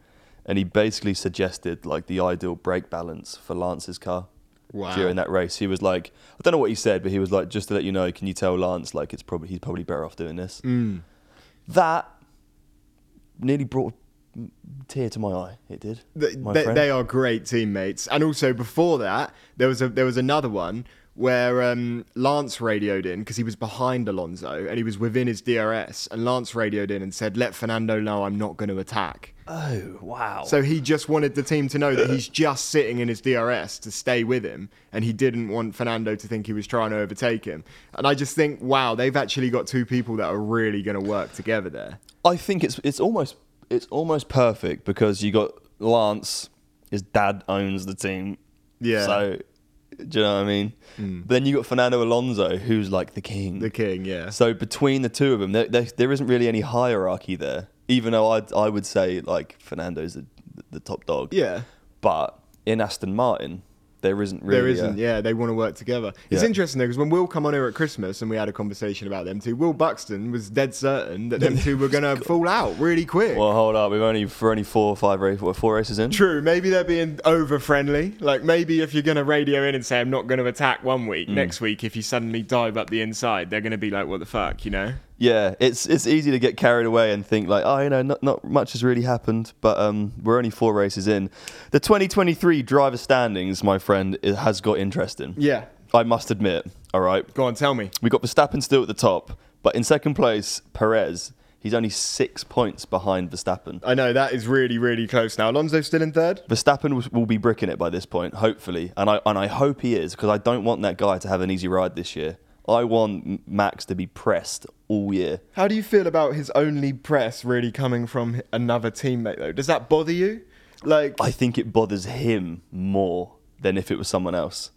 Speaker 2: and he basically suggested like the ideal brake balance for Lance's car
Speaker 1: Wow.
Speaker 2: during that race. He was like, I don't know what he said, but he was like, just to let you know, can you tell Lance like it's probably he's probably better off doing this.
Speaker 1: Mm.
Speaker 2: That nearly brought a tear to my eye. It did.
Speaker 1: Th-
Speaker 2: my
Speaker 1: they,
Speaker 2: friend.
Speaker 1: they are great teammates. And also before that, there was a there was another one where um, Lance radioed in because he was behind Alonso and he was within his DRS, and Lance radioed in and said, "Let Fernando know I'm not going to attack."
Speaker 2: oh wow.
Speaker 1: So he just wanted the team to know that he's just sitting in his DRS to stay with him, and he didn't want Fernando to think he was trying to overtake him. And I just think, wow, they've actually got two people that are really going to work together there.
Speaker 2: I think it's it's almost it's almost perfect because you got Lance, his dad owns the team.
Speaker 1: Yeah. Hmm.
Speaker 2: So do you know what I mean? Then you got Fernando Alonso, who's like the king.
Speaker 1: The king, yeah.
Speaker 2: So between the two of them, there, there, there isn't really any hierarchy there. Even though I I would say like Fernando's the, the top dog.
Speaker 1: Yeah.
Speaker 2: But in Aston Martin, there isn't really.
Speaker 1: There
Speaker 2: a-
Speaker 1: isn't, yeah. They want to work together. It's
Speaker 2: Yeah.
Speaker 1: interesting though, because when Will come on here at Christmas and we had a conversation about them two, Will Buxton was dead certain that them two were going to fall out really quick.
Speaker 2: Well, hold up. We've only for only four or five race, what, four races in.
Speaker 1: True, maybe they're being over friendly. Like maybe if you're going to radio in and say I'm not going to attack one week,
Speaker 2: Mm.
Speaker 1: next week if you suddenly dive up the inside, they're going to be like, what the fuck, you know?
Speaker 2: Yeah, it's it's easy to get carried away and think like, oh, you know, not not much has really happened, but um, we're only four races in. The 2023 driver standings, my friend, it has got interesting.
Speaker 1: Yeah.
Speaker 2: I must admit. All right,
Speaker 1: Go on, tell me.
Speaker 2: we got Verstappen still at the top, but in second place, Perez. He's only six points behind Verstappen.
Speaker 1: I know that is really, really close now. Alonso's still in third.
Speaker 2: Verstappen will, will be bricking it by this point, hopefully, and I and I hope he is because I don't want that guy to have an easy ride this year. I want M- Max to be pressed all year.
Speaker 1: How do you feel about his only press really coming from another teammate though? Does that bother you? Like,
Speaker 2: I think it bothers him more than if it was someone else.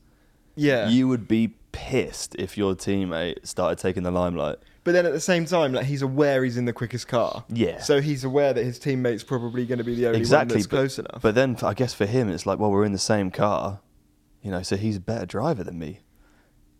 Speaker 1: yeah.
Speaker 2: You would be pissed if your teammate started taking the limelight.
Speaker 1: But then at the same time, like he's aware he's in the quickest car.
Speaker 2: Yeah.
Speaker 1: So he's aware that his teammate's probably going to be the only one
Speaker 2: exactly.
Speaker 1: that's
Speaker 2: but,
Speaker 1: close enough.
Speaker 2: but then f- I guess for him, it's like, well, we're in the same car, you know, so he's a better driver than me.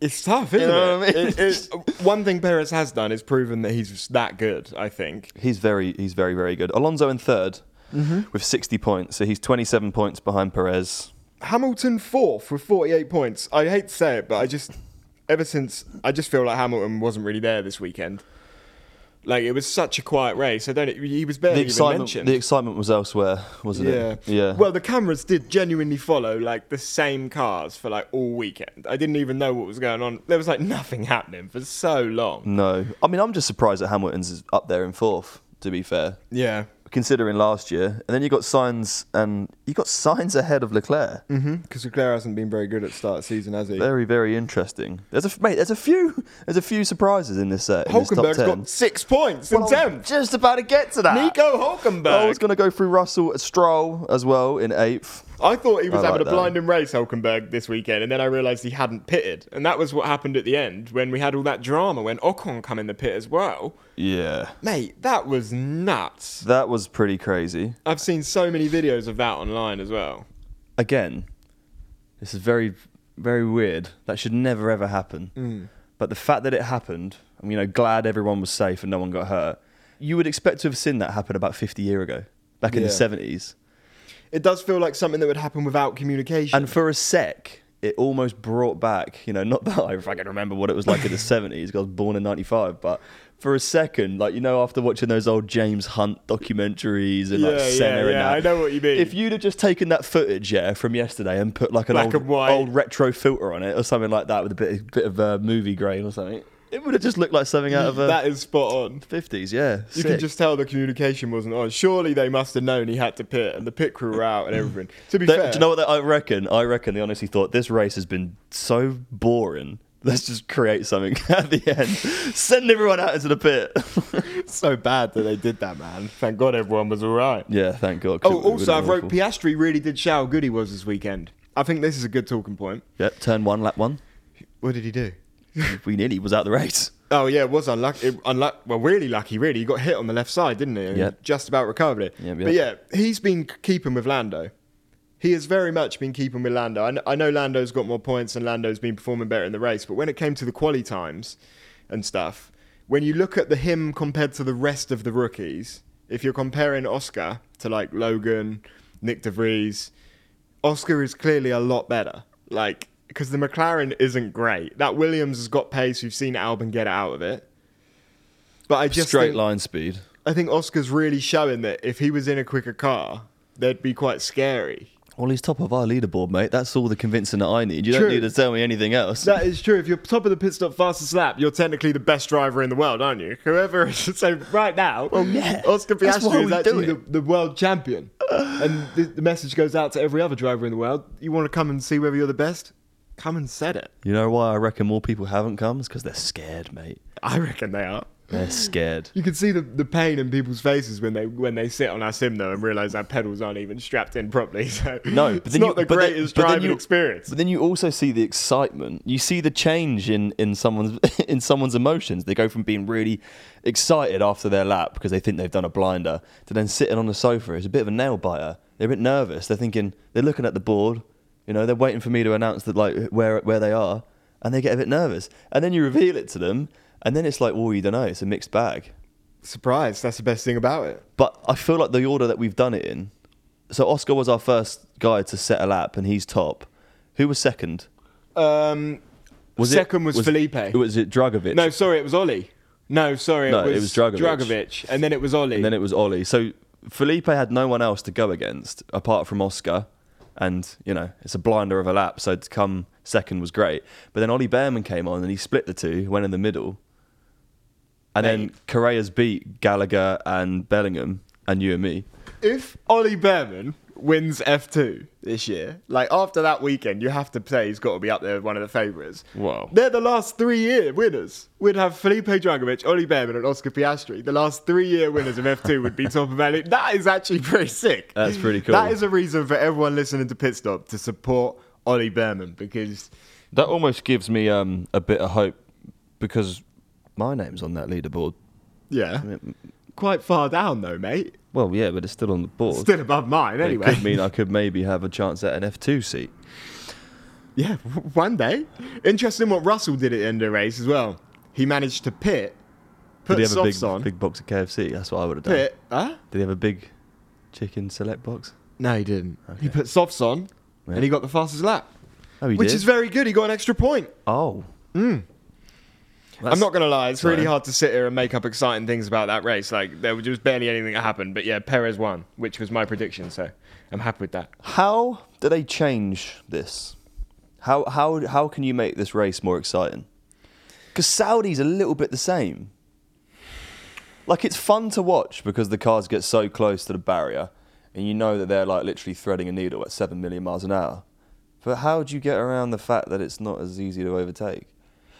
Speaker 1: it's tough, isn't it?
Speaker 2: know what I mean?
Speaker 1: It- it's- one thing Perez has done is proven that he's that good, I think.
Speaker 2: He's very, he's very, very good. Alonso in 3rd
Speaker 1: Mm-hmm.
Speaker 2: with 60 points, so he's 27 points behind Perez.
Speaker 1: Hamilton fourth with 48 points. I hate to say it, but I just. ever since I just feel like Hamilton wasn't really there this weekend. Like it was such a quiet race. I don't. e, He was barely
Speaker 2: The
Speaker 1: even
Speaker 2: excitement,
Speaker 1: mentioned.
Speaker 2: the excitement was elsewhere, wasn't
Speaker 1: yeah,
Speaker 2: it? Yeah.
Speaker 1: Well, the cameras did genuinely follow like the same cars for like all weekend. I didn't even know what was going on. There was like nothing happening for so long.
Speaker 2: no. I mean, I'm just surprised that Hamilton's up there in fourth. To be fair,
Speaker 1: Yeah,
Speaker 2: considering last year, and then you got signs, and you got signs ahead of Leclerc.
Speaker 1: Mm-hmm. because Leclerc hasn't been very good at start of season, has he?
Speaker 2: Very, very interesting. There's a mate. There's a few. There's a few surprises in this set. in this top
Speaker 1: Hulkenberg's
Speaker 2: 10.
Speaker 1: got six points in
Speaker 2: Well, I was
Speaker 1: tenth.
Speaker 2: Just about to get to that. Oh,
Speaker 1: Nico
Speaker 2: I was
Speaker 1: Hulkenberg.
Speaker 2: going to go through Russell Stroll as well in eighth.
Speaker 1: I thought he was
Speaker 2: I like
Speaker 1: having a
Speaker 2: that.
Speaker 1: blinding race, Hulkenberg, this weekend, and then I realised he hadn't pitted. And that was what happened at the end when we had all that drama when Ocon come in the pit as well.
Speaker 2: Yeah.
Speaker 1: Mate, that was nuts.
Speaker 2: That was pretty crazy.
Speaker 1: I've seen so many videos of that online as well.
Speaker 2: Again, this is very, very weird. That should never ever happen. But the fact that it happened, I'm you know glad everyone was safe and no one got hurt. You would expect to have seen that happen about 50 year ago, back in
Speaker 1: Yeah.
Speaker 2: the 70s.
Speaker 1: It does feel like something that would happen without communication.
Speaker 2: And for a sec, it almost brought back, you know, not that I fucking remember what it was like in the 70s, 'cause I was born in 95, but for a second, like, you know, after watching those old James Hunt documentaries and like
Speaker 1: Yeah, yeah,
Speaker 2: Senna and
Speaker 1: yeah,
Speaker 2: that.
Speaker 1: I know what you mean.
Speaker 2: If you'd have just taken that footage, yeah, from yesterday and put like an
Speaker 1: Black
Speaker 2: old,
Speaker 1: and white.
Speaker 2: old retro filter on it or something like that with a bit, bit of uh, movie grain or something, it would have just looked like something out of uh,
Speaker 1: Mm, that is spot on.
Speaker 2: 50s, yeah.
Speaker 1: You
Speaker 2: sick.
Speaker 1: can just tell the communication wasn't on. Surely they must have known he had to pit, and the pit crew were out and everything. To be
Speaker 2: They-
Speaker 1: fair,
Speaker 2: do you know what they, I reckon? I reckon they honestly thought this race has been so boring. Let's just create something at the end. Send everyone out into the pit.
Speaker 1: it's so bad that they did that, man. Thank God everyone was all right.
Speaker 2: yeah, thank God. 'cause
Speaker 1: Oh,
Speaker 2: it would've
Speaker 1: also,
Speaker 2: been
Speaker 1: I've wrote
Speaker 2: awful.
Speaker 1: Piastri really did show how good he was this weekend. I think this is a good talking point.
Speaker 2: Yep, turn one, lap one.
Speaker 1: What did he do?
Speaker 2: We nearly was out the race.
Speaker 1: Oh yeah, it was unlucky. It, unluck, well, really lucky. Really, he got hit on the left side, didn't he? And
Speaker 2: Yep.
Speaker 1: Just about recovered it.
Speaker 2: Yep,
Speaker 1: But yeah, he's been keeping with Lando. He has very much been keeping with Lando. I kn- I know Lando's got more points and Lando's been performing better in the race, but when it came to the quali times and stuff, when you look at the him compared to the rest of the rookies, if you're comparing Oscar to like Logan, Nick De Vries, Oscar is clearly a lot better. Like, because the McLaren isn't great. That Williams has got pace. We've seen Albon get out of it. But I just
Speaker 2: Straight
Speaker 1: think,
Speaker 2: line speed.
Speaker 1: I think Oscar's really showing that if he was in a quicker car, they'd be quite scary.
Speaker 2: Well, he's top of our leaderboard, mate. That's all the convincing that I need. You
Speaker 1: True.
Speaker 2: don't need to tell me anything else.
Speaker 1: That is true. If you're top of the pit stop fastest lap, you're technically the best driver in the world, aren't you? Whoever. So right now,
Speaker 2: yeah.
Speaker 1: Oscar
Speaker 2: That's why
Speaker 1: Piastri is
Speaker 2: we do
Speaker 1: actually the,
Speaker 2: it.
Speaker 1: the world champion, and the, the message goes out to every other driver in the world. You want to come and see whether you're the best? Come and set it.
Speaker 2: you know why I reckon more people haven't come? It's because they're scared, mate.
Speaker 1: I reckon they are.
Speaker 2: They're scared.
Speaker 1: You can see the, the pain in people's faces when they when they sit on our sim though and realize our pedals aren't even strapped in properly. So
Speaker 2: No, but
Speaker 1: it's
Speaker 2: then
Speaker 1: not
Speaker 2: you,
Speaker 1: the
Speaker 2: but then-
Speaker 1: greatest
Speaker 2: but then
Speaker 1: driving
Speaker 2: you-
Speaker 1: experience.
Speaker 2: But then you also see the excitement. You see the change in in someone's in someone's emotions. They go from being really excited after their lap because they think they've done a blinder to then sitting on the sofa. It's a bit of a nail biter. They're a bit nervous. They're thinking. They're looking at the board. You know, they're waiting for me to announce that like where where they are, and they get a bit nervous. And then you reveal it to them, and then it's like, oh, you don't know. It's a mixed bag.
Speaker 1: Surprise! That's the best thing about it.
Speaker 2: But I feel like the order that we've done it in. So Oscar was our first guy to set a lap, and he's top. Who was second?
Speaker 1: Um, second
Speaker 2: it,
Speaker 1: was, Felipe.
Speaker 2: Was it Dragovic?
Speaker 1: no, sorry, it was Ollie. No, sorry,
Speaker 2: No,
Speaker 1: it was,
Speaker 2: it was Dragovic.
Speaker 1: Dragovic, and then it was Ollie.
Speaker 2: And then it was Ollie. So Felipe had no one else to go against apart from Oscar. And, you know, it's a blinder of a lap. So to come second was great. But then Ollie Behrman came on and he split the two, went in the middle. And then Correa's beat Gallagher and Bellingham and you and me.
Speaker 1: if Ollie Behrman wins F2 this year, like after that weekend, you have to say he's got to be up there with one of the favourites.
Speaker 2: Wow.
Speaker 1: They're the last three year winners. We'd have Felipe Dragovic, Ollie Behrman, and Oscar Piastri. The last three year winners of F2 would be top of our league. That is actually pretty sick.
Speaker 2: That's pretty cool.
Speaker 1: That is a reason for everyone listening to Pit Stop to support Ollie Behrman because
Speaker 2: That almost gives me um, a bit of hope because my name's on that leaderboard.
Speaker 1: Yeah.
Speaker 2: Mm.
Speaker 1: Quite far down though, mate.
Speaker 2: Well, yeah, but it's still on the board.
Speaker 1: Still above mine anyway.
Speaker 2: It could mean I could maybe have a chance at an F2 seat.
Speaker 1: yeah, one day. Interesting what Russell did at the end of the race as well. He managed to pit, put
Speaker 2: Did he have a
Speaker 1: softs
Speaker 2: big,
Speaker 1: on,
Speaker 2: big box of KFC? That's what I would have done.
Speaker 1: pit. Huh?
Speaker 2: Did he have a big chicken select box?
Speaker 1: No, he didn't. He put softs on, and he got the fastest lap,
Speaker 2: Oh, he
Speaker 1: which
Speaker 2: did.
Speaker 1: is very good. He got an extra point.
Speaker 2: oh,
Speaker 1: I'm not gonna lie, it's really hard to sit here and make up exciting things about that race. Like there was just barely anything that happened. But yeah, Perez won, which was my prediction, so I'm happy with that.
Speaker 2: How do they change this? How how how can you make this race more exciting? Because Saudi's a little bit the same. Like it's fun to watch because the cars get so close to the barrier, and you know that they're like literally threading a needle at seven million miles an hour. But how do you get around the fact that it's not as easy to overtake?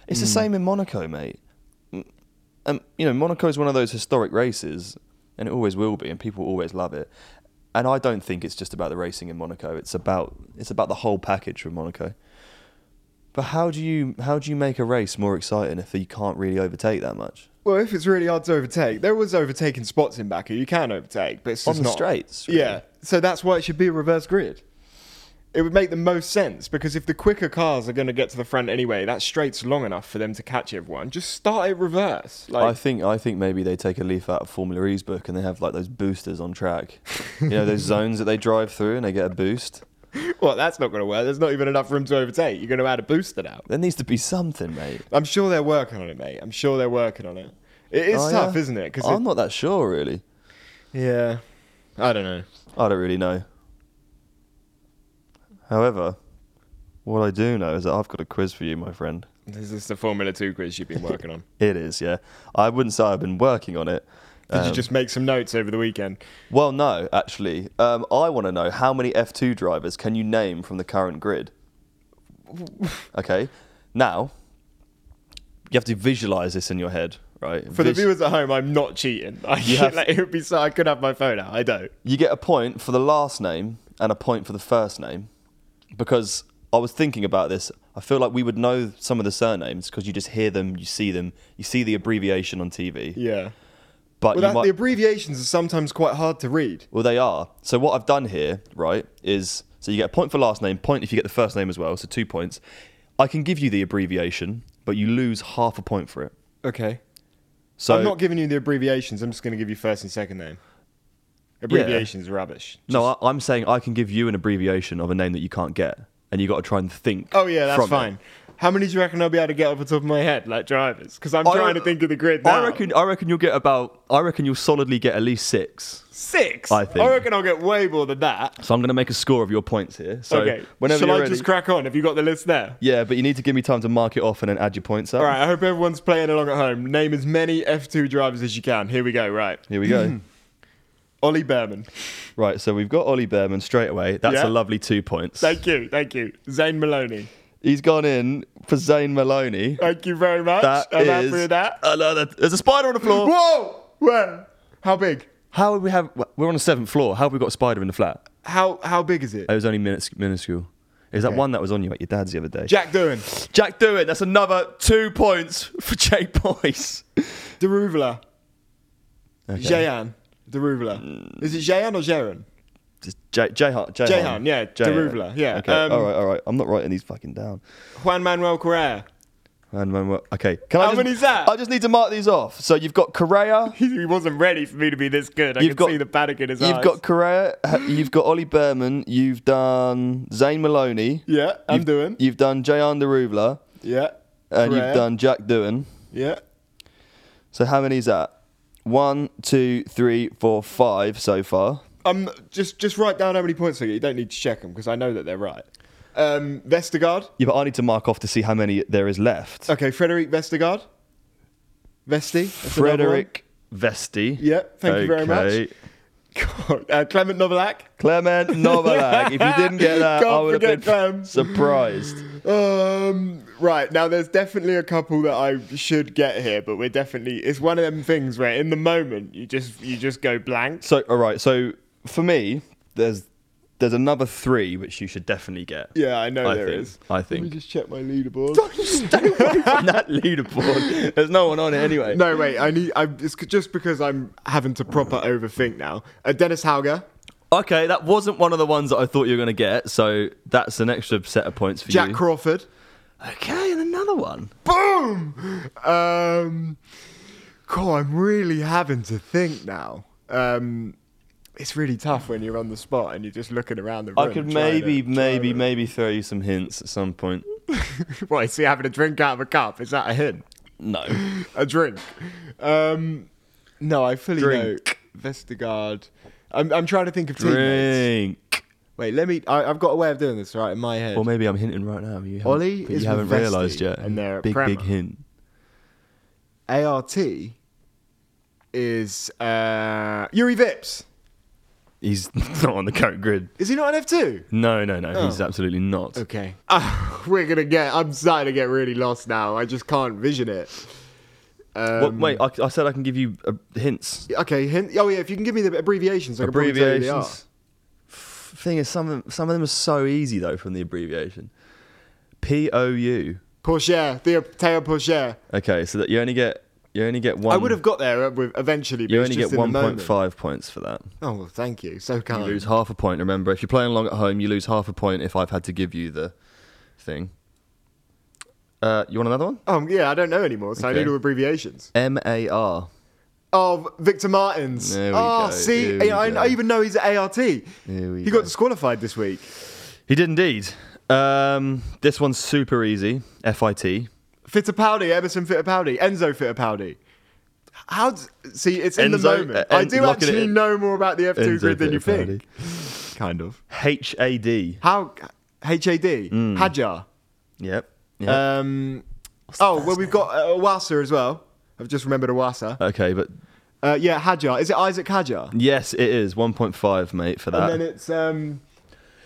Speaker 2: It's the same in Monaco, mate. um, you know, Monaco is one of those historic races, and it always will be, and people always love it. And I don't think it's just about the racing in Monaco. It's about it's about the whole package from Monaco. But how do you how do you make a race more exciting if you can't really overtake that much
Speaker 1: Well, if it's really hard to overtake, there was overtaking spots in Baku. You can overtake, but it's
Speaker 2: on
Speaker 1: just
Speaker 2: the
Speaker 1: not
Speaker 2: straights? really?
Speaker 1: Yeah, so that's why it should be a reverse grid. It would make the most sense because if the quicker cars are going to get to the front anyway, that straight's long enough for them to catch everyone. Just start it reverse. Like,
Speaker 2: I think I think maybe they take a leaf out of Formula E's book and they have like those boosters on track. you know those zones that they drive through and they get a boost.
Speaker 1: well, that's not going to work. There's not even enough room to overtake. You're going to add a booster now.
Speaker 2: There needs to be something, mate.
Speaker 1: I'm sure they're working on it, mate. I'm sure they're working on it. It is
Speaker 2: Oh,
Speaker 1: tough,
Speaker 2: yeah?
Speaker 1: isn't it?
Speaker 2: I'm
Speaker 1: it-
Speaker 2: not that sure really.
Speaker 1: yeah, I don't know.
Speaker 2: I don't really know. However, what I do know is that I've got a quiz for you, my friend.
Speaker 1: This is the Formula Two quiz you've been working on.
Speaker 2: It is, yeah. I wouldn't say I've been working on it.
Speaker 1: Did
Speaker 2: Um,
Speaker 1: you just make some notes over the weekend?
Speaker 2: Well, no, actually. Um, I want to know how many F2 drivers can you name from the current grid? Okay. Now, you have to visualize this in your head, right?
Speaker 1: For the
Speaker 2: Vis-
Speaker 1: viewers at home, I'm not cheating. I,
Speaker 2: have-
Speaker 1: like, it would be so I could have my phone out. I don't.
Speaker 2: you get a point for the last name and a point for the first name because I was thinking about this. I feel like we would know some of the surnames because you just hear them, you see them, you see the abbreviation on TV.
Speaker 1: Yeah. Well,
Speaker 2: But you
Speaker 1: that,
Speaker 2: might,
Speaker 1: the abbreviations are sometimes quite hard to read.
Speaker 2: well, they are. So what I've done here, right, is so you get a point for last name, point if you get the first name as well, so two points. I can give you the abbreviation, but you lose half a point for it.
Speaker 1: Okay.
Speaker 2: So
Speaker 1: I'm not giving you the abbreviations. I'm just going to give you first and second name. Abbreviations are rubbish.
Speaker 2: no, I, I'm saying I can give you an abbreviation of a name that you can't get, and you got to try and think.
Speaker 1: Oh yeah, that's
Speaker 2: from it.
Speaker 1: fine. How many do you reckon I'll be able to get off the top of my head, like drivers? Because I'm
Speaker 2: I
Speaker 1: trying
Speaker 2: re-
Speaker 1: to think of the grid now.
Speaker 2: I reckon. I reckon you'll get about. I reckon you'll solidly get at least six.
Speaker 1: six.
Speaker 2: I think.
Speaker 1: I reckon I'll get way more than that.
Speaker 2: So I'm going to make a score of your points here. So
Speaker 1: okay.
Speaker 2: Whenever
Speaker 1: Shall
Speaker 2: you're
Speaker 1: I
Speaker 2: ready.
Speaker 1: just crack on? Have you got the list there?
Speaker 2: yeah, but you need to give me time to mark it off and then add your points up.
Speaker 1: All right. I hope everyone's playing along at home. Name as many F2 drivers as you can. Here we go. Right.
Speaker 2: Here we go.
Speaker 1: Ollie Behrman.
Speaker 2: right. So we've got Ollie Behrman straight away. That's
Speaker 1: Yeah.
Speaker 2: a lovely two points.
Speaker 1: Thank you. Thank you. Zane Maloney.
Speaker 2: He's gone in for Zane Maloney.
Speaker 1: Thank you very much.
Speaker 2: That
Speaker 1: I'm
Speaker 2: is- Oh.
Speaker 1: happy with that.
Speaker 2: I love that. There's a spider on the floor.
Speaker 1: Whoa! Where? How big?
Speaker 2: How would we have? We're on the seventh floor. How have we got a spider in the flat?
Speaker 1: How how big is it?
Speaker 2: It was only minus, minuscule. Is that
Speaker 1: Okay.
Speaker 2: one that was on you at your dad's the other day?
Speaker 1: Jack Doohan,
Speaker 2: Jack Doohan. That's another two points for Jay Boyce.
Speaker 1: Deruvela, Jayan,
Speaker 2: Mm.
Speaker 1: Deruvela. Is it Jayan or Jaron?
Speaker 2: Just J- Jahan. Jahan,
Speaker 1: Jahan, yeah, Deruvela, yeah,
Speaker 2: Okay,
Speaker 1: um,
Speaker 2: all right, all right. I'm not writing these fucking down.
Speaker 1: Juan Manuel Correa.
Speaker 2: And when we're- okay, can I
Speaker 1: How
Speaker 2: just,
Speaker 1: many's that?
Speaker 2: I just need to mark these off. So you've got Correa.
Speaker 1: He wasn't ready for me to be this good. I
Speaker 2: You've
Speaker 1: could
Speaker 2: got-
Speaker 1: see the panic in his
Speaker 2: You've
Speaker 1: eyes.
Speaker 2: got Correa. ha- You've got Ollie Berman. You've done Zane Maloney.
Speaker 1: yeah, I'm
Speaker 2: you've,
Speaker 1: doing.
Speaker 2: You've done Jayan Deruvla,
Speaker 1: yeah,
Speaker 2: and
Speaker 1: Correa.
Speaker 2: you've done Jack Doohan.
Speaker 1: yeah.
Speaker 2: So how many's that? One, two, three, four, five so far.
Speaker 1: Um, just just write down how many points I get. You don't need to check them because I know that they're right. Um, Vestergaard.
Speaker 2: Yeah, but I need to mark off to see how many there is left.
Speaker 1: Okay, Frederick Vestergaard. Vesti. that's another one.
Speaker 2: Frederick Vesti.
Speaker 1: Yeah, thank you very much.
Speaker 2: Okay.
Speaker 1: God, uh, Clement Novalak.
Speaker 2: Clement Novalak. if you didn't get that, I
Speaker 1: Can't
Speaker 2: would have been
Speaker 1: forget them.
Speaker 2: surprised.
Speaker 1: Um, right now, there's definitely a couple that I should get here, but we're definitely it's one of them things where in the moment you just you just go blank.
Speaker 2: So, all right. So for me, there's there's another three which you should definitely get.
Speaker 1: Yeah, I know
Speaker 2: I
Speaker 1: there
Speaker 2: think-
Speaker 1: is.
Speaker 4: I
Speaker 1: Let me
Speaker 4: think.
Speaker 1: just check my leaderboard.
Speaker 2: Stay away from that leaderboard. There's no one on it anyway.
Speaker 1: no, wait, I need. I it's c- just because I'm having to proper overthink now. Uh, Dennis Hauger,
Speaker 2: Okay, that wasn't one of the ones that I thought you were going to get. So that's an extra set of points for
Speaker 1: Jack
Speaker 2: you.
Speaker 1: Crawford,
Speaker 2: okay, and another one.
Speaker 1: boom. Um, God, I'm really having to think now. Um. It's really tough when you're on the spot and you're just looking around the room.
Speaker 2: I could
Speaker 1: trying to-
Speaker 2: maybe,
Speaker 1: trying
Speaker 2: maybe,
Speaker 1: to-
Speaker 2: maybe throw you some hints at some point.
Speaker 1: what, is he having a drink out of a cup? Is that a hint?
Speaker 2: No.
Speaker 1: A drink. Um, no, I fully
Speaker 2: Drink.
Speaker 1: know. Vestergaard. I'm, I'm trying to think of teammates.
Speaker 2: Drink.
Speaker 1: Wait, let me. I, I've got a way of doing this right in my head.
Speaker 2: Or maybe I'm hinting right now. You haven't-
Speaker 1: Ollie
Speaker 2: but
Speaker 1: is
Speaker 2: you haven't
Speaker 1: with Vesti,
Speaker 2: realised yet.
Speaker 1: and they're at
Speaker 2: big,
Speaker 1: Prema.
Speaker 2: big hint.
Speaker 1: ART is uh, Yuri Vips.
Speaker 2: He's not on the current grid.
Speaker 1: Is he not an F2?
Speaker 2: No, no, no. He's absolutely not.
Speaker 1: Okay. Ah, we're going to get. I'm starting to get really lost now. I just can't vision it. Um,
Speaker 2: Well, wait, I, I said I can give you uh, hints.
Speaker 1: Okay, hint. Oh, yeah, if you can give me the abbreviations, I can probably tell you who they are.
Speaker 2: Abbreviations. F- Thing is, some of, some of them are so easy though from the abbreviation. P O U.
Speaker 1: Porcher, Theo Theo
Speaker 2: Um,
Speaker 1: Porcher.
Speaker 2: Okay, so that you only get you only get one.
Speaker 1: I would have got there uh, with eventually, but
Speaker 2: You
Speaker 1: it's
Speaker 2: only
Speaker 1: just
Speaker 2: get
Speaker 1: in the
Speaker 2: one point
Speaker 1: moment.
Speaker 2: five points for that.
Speaker 1: Oh, well, thank you. So
Speaker 2: You
Speaker 1: kind.
Speaker 2: lose half a point. Remember, if you're playing along at home, you lose half a point if I've had to give you the thing. Uh, you want another one?
Speaker 1: Um, yeah, I don't know anymore, so I
Speaker 2: Okay.
Speaker 1: need all abbreviations.
Speaker 2: M A R.
Speaker 1: Oh, Victor Martins.
Speaker 2: There we
Speaker 1: oh,
Speaker 2: go,
Speaker 1: see,
Speaker 2: there we
Speaker 1: I,
Speaker 2: go.
Speaker 1: I even know he's at ART.
Speaker 2: we
Speaker 1: he
Speaker 2: go.
Speaker 1: got disqualified this week.
Speaker 2: He did indeed. Um, this one's super easy. F I T.
Speaker 1: Fittipaldi, Emerson Fittipaldi, Enzo Fittipaldi. How? d- see, it's in the
Speaker 2: Enzo,
Speaker 1: moment.
Speaker 2: uh,
Speaker 1: I
Speaker 2: en-
Speaker 1: do
Speaker 2: locking it
Speaker 1: actually
Speaker 2: in.
Speaker 1: know more about the F2
Speaker 2: Enzo
Speaker 1: grid than you
Speaker 2: Fittipaldi.
Speaker 1: think. Kind of.
Speaker 2: H A D.
Speaker 1: How? HAD? Hajar?
Speaker 2: Yep. Hmm. Uh, yep.
Speaker 1: Um, oh, well, we've got uh, Owasa as well. I've just remembered Owasa.
Speaker 2: okay, but
Speaker 1: Uh, yeah, Hajar. Is it Isaac Hajar?
Speaker 2: yes, it is 1.5, mate, for that.
Speaker 1: And then it's um,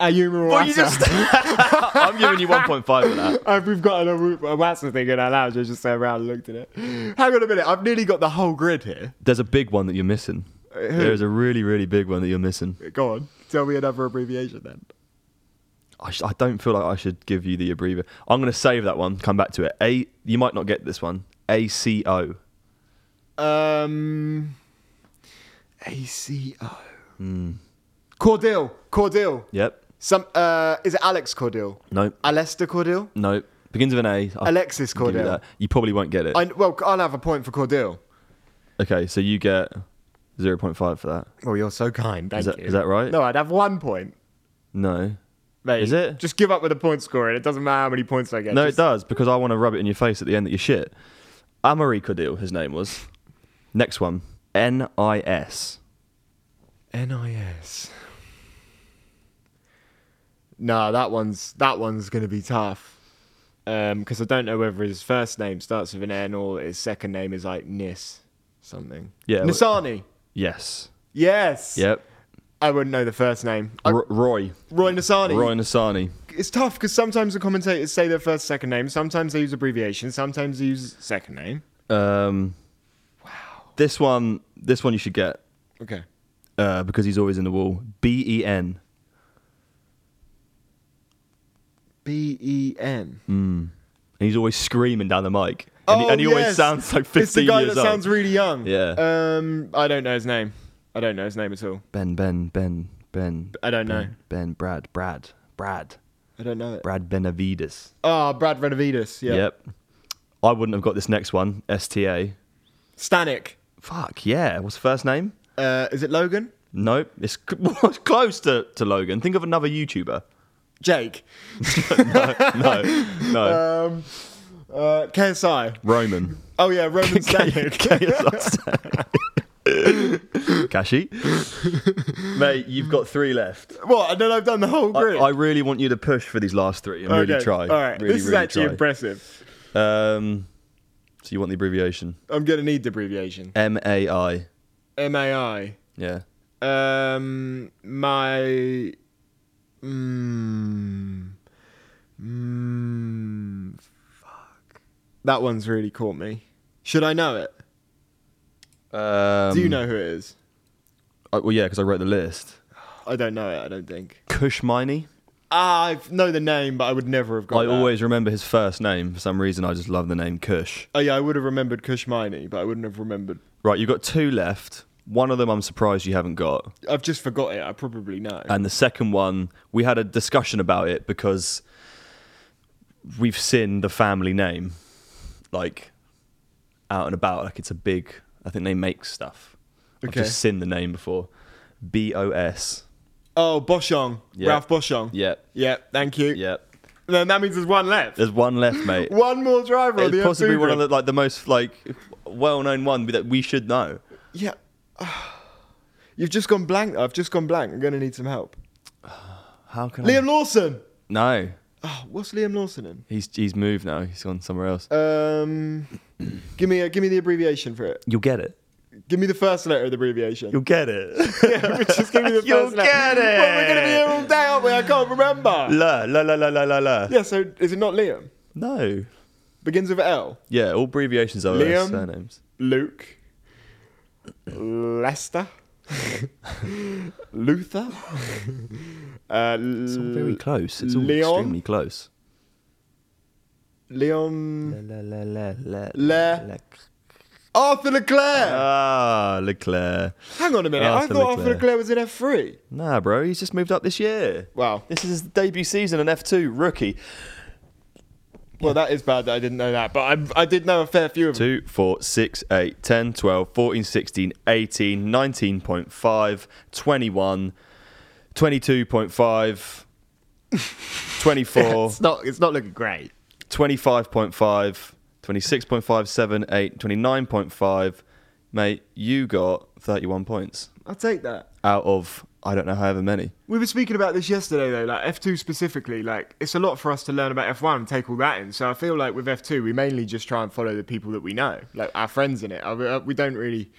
Speaker 1: Ayuma Owasa.
Speaker 2: Well, you just- I'm giving you 1.5 for that.
Speaker 1: Uh, we've got an Awu- Owasa thing in our lounge. I just turned around and looked at it. Hang on a minute. I've nearly got the whole grid here.
Speaker 2: There's a big one that you're missing.
Speaker 1: Uh,
Speaker 2: There's a really, really big one that you're missing.
Speaker 1: Go on. Tell me another abbreviation then.
Speaker 2: I, sh- I don't feel like I should give you the abbreviation. I'm going to save that one. Come back to it. A. You might not get this one. A C O.
Speaker 1: Um, ACO.
Speaker 2: Hmm.
Speaker 1: Cordill. Cordill.
Speaker 2: Yep.
Speaker 1: Some uh, is it Alex Cordill?
Speaker 2: No.
Speaker 1: Alester Cordill.
Speaker 2: No. Begins with an A. I'll
Speaker 1: Alexis
Speaker 2: give you
Speaker 1: Cordell.
Speaker 2: that. You probably won't get it.
Speaker 1: I, well, I'll have a point for Cordill.
Speaker 2: Okay, so you get 0.5 for that.
Speaker 1: Oh, you're so kind. Thank
Speaker 2: Is that-
Speaker 1: you.
Speaker 2: is that right?
Speaker 1: No, I'd have one point.
Speaker 2: No.
Speaker 1: Mate,
Speaker 2: Is it?
Speaker 1: Just give up with a point scoring. It doesn't matter how many points I get.
Speaker 2: No,
Speaker 1: Just-
Speaker 2: it does because I want to rub it in your face at the end that you're shit. Amari Cordell, his name was. Next one, N I S.
Speaker 1: NIS. Nah, that one's that one's gonna be tough. Um, because I don't know whether his first name starts with an N or his second name is like Nis something.
Speaker 2: Yeah, well-
Speaker 1: Nisani.
Speaker 2: Yes.
Speaker 1: Yes.
Speaker 2: Yep.
Speaker 1: I wouldn't know the first name. I-
Speaker 2: R- Roy.
Speaker 1: Roy Nisani.
Speaker 2: Roy Nasani.
Speaker 1: It's tough because sometimes the commentators say their first second name, sometimes they use abbreviations, sometimes they use second name.
Speaker 2: Um, wow. This one, this one you should get
Speaker 1: Okay.
Speaker 2: uh, because he's always in the wall. B E N.
Speaker 1: B E N.
Speaker 2: And he's always screaming down the mic. And he, and he always sounds like 15
Speaker 1: Oh, It's the guy
Speaker 2: years
Speaker 1: that
Speaker 2: old.
Speaker 1: sounds really young.
Speaker 2: Yeah.
Speaker 1: Um, I don't know his name. I don't know his name at all.
Speaker 2: ben, Ben, Ben, Ben.
Speaker 1: I don't know.
Speaker 2: Ben, Ben, Brad, Brad, Brad,
Speaker 1: I don't know it.
Speaker 2: Brad Benavides.
Speaker 1: Ah, Brad Renovides. Yeah.
Speaker 2: Yep. I wouldn't have got this next one. STA.
Speaker 1: Stanek.
Speaker 2: Fuck yeah. What's the first name?
Speaker 1: Uh, is it Logan?
Speaker 2: Nope. It's c- it's close to, to Logan. Think of another YouTuber.
Speaker 1: Jake. Um,
Speaker 2: No.
Speaker 1: Uh, KSI.
Speaker 2: Roman.
Speaker 1: Oh yeah, Roman Stanek.
Speaker 2: Kashi. Mate, you've got three left.
Speaker 1: what? And then I've done the whole
Speaker 2: I,
Speaker 1: grid.
Speaker 2: I really want you to push for these last three and really
Speaker 1: Okay,
Speaker 2: try.
Speaker 1: All right.
Speaker 2: Really,
Speaker 1: this is
Speaker 2: really
Speaker 1: actually
Speaker 2: try.
Speaker 1: impressive.
Speaker 2: Um, so you want the abbreviation?
Speaker 1: I'm gonna need the abbreviation.
Speaker 2: M A I.
Speaker 1: M A I.
Speaker 2: Yeah.
Speaker 1: Um, my. Mm, mm, fuck. That one's really caught me. Should I know it?
Speaker 2: Um,
Speaker 1: Do you know who it is?
Speaker 2: uh, well, yeah, because I wrote the list.
Speaker 1: I don't know it. I don't think.
Speaker 2: Kush Miney.
Speaker 1: Ah, I know the name, but I would never have got.
Speaker 2: I
Speaker 1: that.
Speaker 2: always remember his first name. For some reason, I just love the name Kush.
Speaker 1: Oh yeah, I would have remembered Kushmini, but I wouldn't have remembered.
Speaker 2: Right, you've got two left. One of them I'm surprised you haven't got.
Speaker 1: I've just forgot it. I probably know.
Speaker 2: And the second one, we had a discussion about it because we've seen the family name, like out and about. Like it's a big, I think they make stuff.
Speaker 1: Okay.
Speaker 2: I've just seen the name before. B O S.
Speaker 1: oh, Boshong.
Speaker 2: Yeah.
Speaker 1: Ralph Boshong.
Speaker 2: Yep.
Speaker 1: Yeah. Thank you.
Speaker 2: Yep.
Speaker 1: Then that means there's one left.
Speaker 2: There's one left, mate.
Speaker 1: One more driver on
Speaker 2: it's
Speaker 1: the
Speaker 2: possibly
Speaker 1: F2
Speaker 2: one of
Speaker 1: grid.
Speaker 2: the like the most like well-known one that we should know.
Speaker 1: Yeah. You've just gone blank. I've just gone blank. I'm going to need some help.
Speaker 2: How can
Speaker 1: Oh. Liam
Speaker 2: I?
Speaker 1: Lawson.
Speaker 2: No,
Speaker 1: Oh, what's Liam Lawson in?
Speaker 2: he's he's moved now. He's gone somewhere
Speaker 1: Uh,
Speaker 2: else.
Speaker 1: Um, give me a, give me the abbreviation for it.
Speaker 2: You'll get it.
Speaker 1: Give me the first letter of the abbreviation.
Speaker 2: You'll get it.
Speaker 1: just give me the
Speaker 2: You'll
Speaker 1: first letter.
Speaker 2: get it.
Speaker 1: Well, we're gonna be here all day, aren't we? I can't remember.
Speaker 2: la la la la la la la.
Speaker 1: Yeah. So is it not Liam?
Speaker 2: No.
Speaker 1: Begins with L.
Speaker 2: Yeah, all abbreviations are
Speaker 1: Liam.
Speaker 2: surnames.
Speaker 1: Luke. Lester. Luther. uh,
Speaker 3: It's all very close. It's all
Speaker 1: Leon?
Speaker 3: extremely close.
Speaker 1: Leon.
Speaker 3: La, la, la, la,
Speaker 1: Le- Arthur Leclerc.
Speaker 2: Ah, Leclerc.
Speaker 1: Hang on a minute. I
Speaker 2: Arthur
Speaker 1: thought Arthur
Speaker 2: Leclerc.
Speaker 1: Leclerc was in F3.
Speaker 2: Nah, bro, he's just moved up this year.
Speaker 1: Wow.
Speaker 2: This is his debut season in F2, rookie.
Speaker 1: Well, that is bad that I didn't know that, but I, I did know a fair few of them.
Speaker 2: 2, 4, 6, 8, 10, 12, 14, 16, 18, 19.5, 21, 22.5, 24,
Speaker 1: It's not, it's not looking great.
Speaker 2: 25.5, 26.5, 7, 8, 29.5. Mate, you got 31 points
Speaker 1: I'll take that.
Speaker 2: out of, I don't know, however many.
Speaker 1: We were speaking about this yesterday, though, like F2 specifically. Like, it's a lot for us to learn about F1 and take all that in. So I feel like with F2, we mainly just try and follow the people that we know, like our friends in it. I, I- we don't really,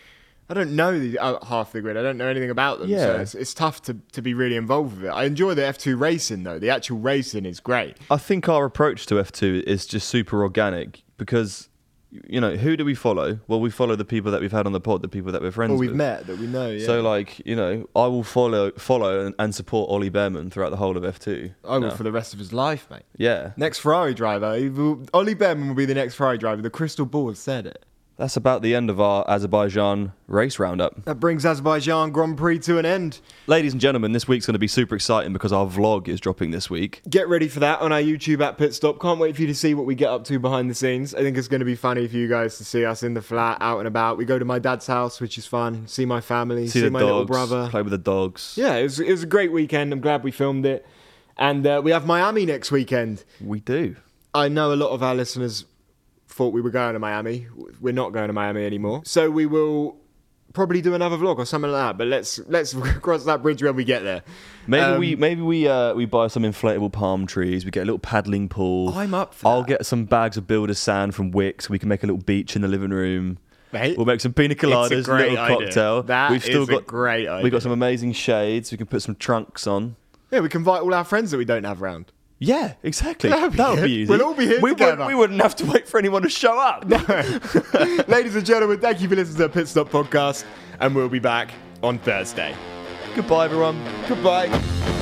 Speaker 1: I don't know the, uh, half the grid. I don't know anything about them. So
Speaker 2: Yeah.
Speaker 1: it's, it's tough to, to be really involved with it. I enjoy the F2 racing, though. The actual racing is great.
Speaker 2: I think our approach to F2 is just super organic because, you know, who do we follow? Well, we follow the people that we've had on the pod, the people that we're friends
Speaker 1: Well,
Speaker 2: with.
Speaker 1: we've met that we know. Yeah.
Speaker 2: So, like, you know, I will follow follow and, and support Ollie Behrman throughout the whole of F2.
Speaker 1: I will
Speaker 2: now.
Speaker 1: for the rest of his life, mate.
Speaker 2: Yeah.
Speaker 1: Next Ferrari driver, he will- Ollie Behrman will be the next Ferrari driver. The crystal ball has said it.
Speaker 2: That's about the end of our Azerbaijan race roundup.
Speaker 1: That brings Azerbaijan Grand Prix to an end.
Speaker 2: Ladies and gentlemen, this week's going to be super exciting because our vlog is dropping this week.
Speaker 1: Get ready for that on our YouTube at Pit Stop. Can't wait for you to see what we get up to behind the scenes. I think it's going to be funny for you guys to see us in the flat, out and about. We go to my dad's house, which is fun. See my family, see,
Speaker 2: See, the
Speaker 1: my
Speaker 2: dogs,
Speaker 1: little brother.
Speaker 2: play with the dogs.
Speaker 1: Yeah, it was, it was a great weekend. I'm glad we filmed it. And uh, we have Miami next weekend.
Speaker 2: We do.
Speaker 1: I know a lot of our listeners thought we were going to Miami. We're not going to Miami anymore. So we will probably do another vlog or something like that. But let's let's cross that bridge when we get there.
Speaker 2: Maybe
Speaker 1: Um,
Speaker 2: we maybe we uh, we buy some inflatable palm trees. We get a little paddling pool.
Speaker 1: I'm up for
Speaker 2: I'll
Speaker 1: that.
Speaker 2: get some bags of builder sand from Wicks. We can make a little beach in the living room.
Speaker 1: Mate,
Speaker 2: we'll make some pina coladas,
Speaker 1: it's a great
Speaker 2: little
Speaker 1: idea.
Speaker 2: cocktail.
Speaker 1: That
Speaker 2: We've still
Speaker 1: is a
Speaker 2: got
Speaker 1: great
Speaker 2: We've
Speaker 1: idea.
Speaker 2: got some amazing shades. We can put some trunks on.
Speaker 1: Yeah, we can invite all our friends that we don't have round.
Speaker 2: Yeah, exactly.
Speaker 1: That'd be
Speaker 2: That would
Speaker 1: good.
Speaker 2: be easy.
Speaker 1: We'll all be here
Speaker 2: we
Speaker 1: together.
Speaker 2: Wouldn't, we wouldn't have to wait for anyone to show up.
Speaker 1: Ladies and gentlemen, thank you for listening to the Pit Stop Podcast, and we'll be back on Thursday.
Speaker 2: Goodbye, everyone.
Speaker 1: Goodbye.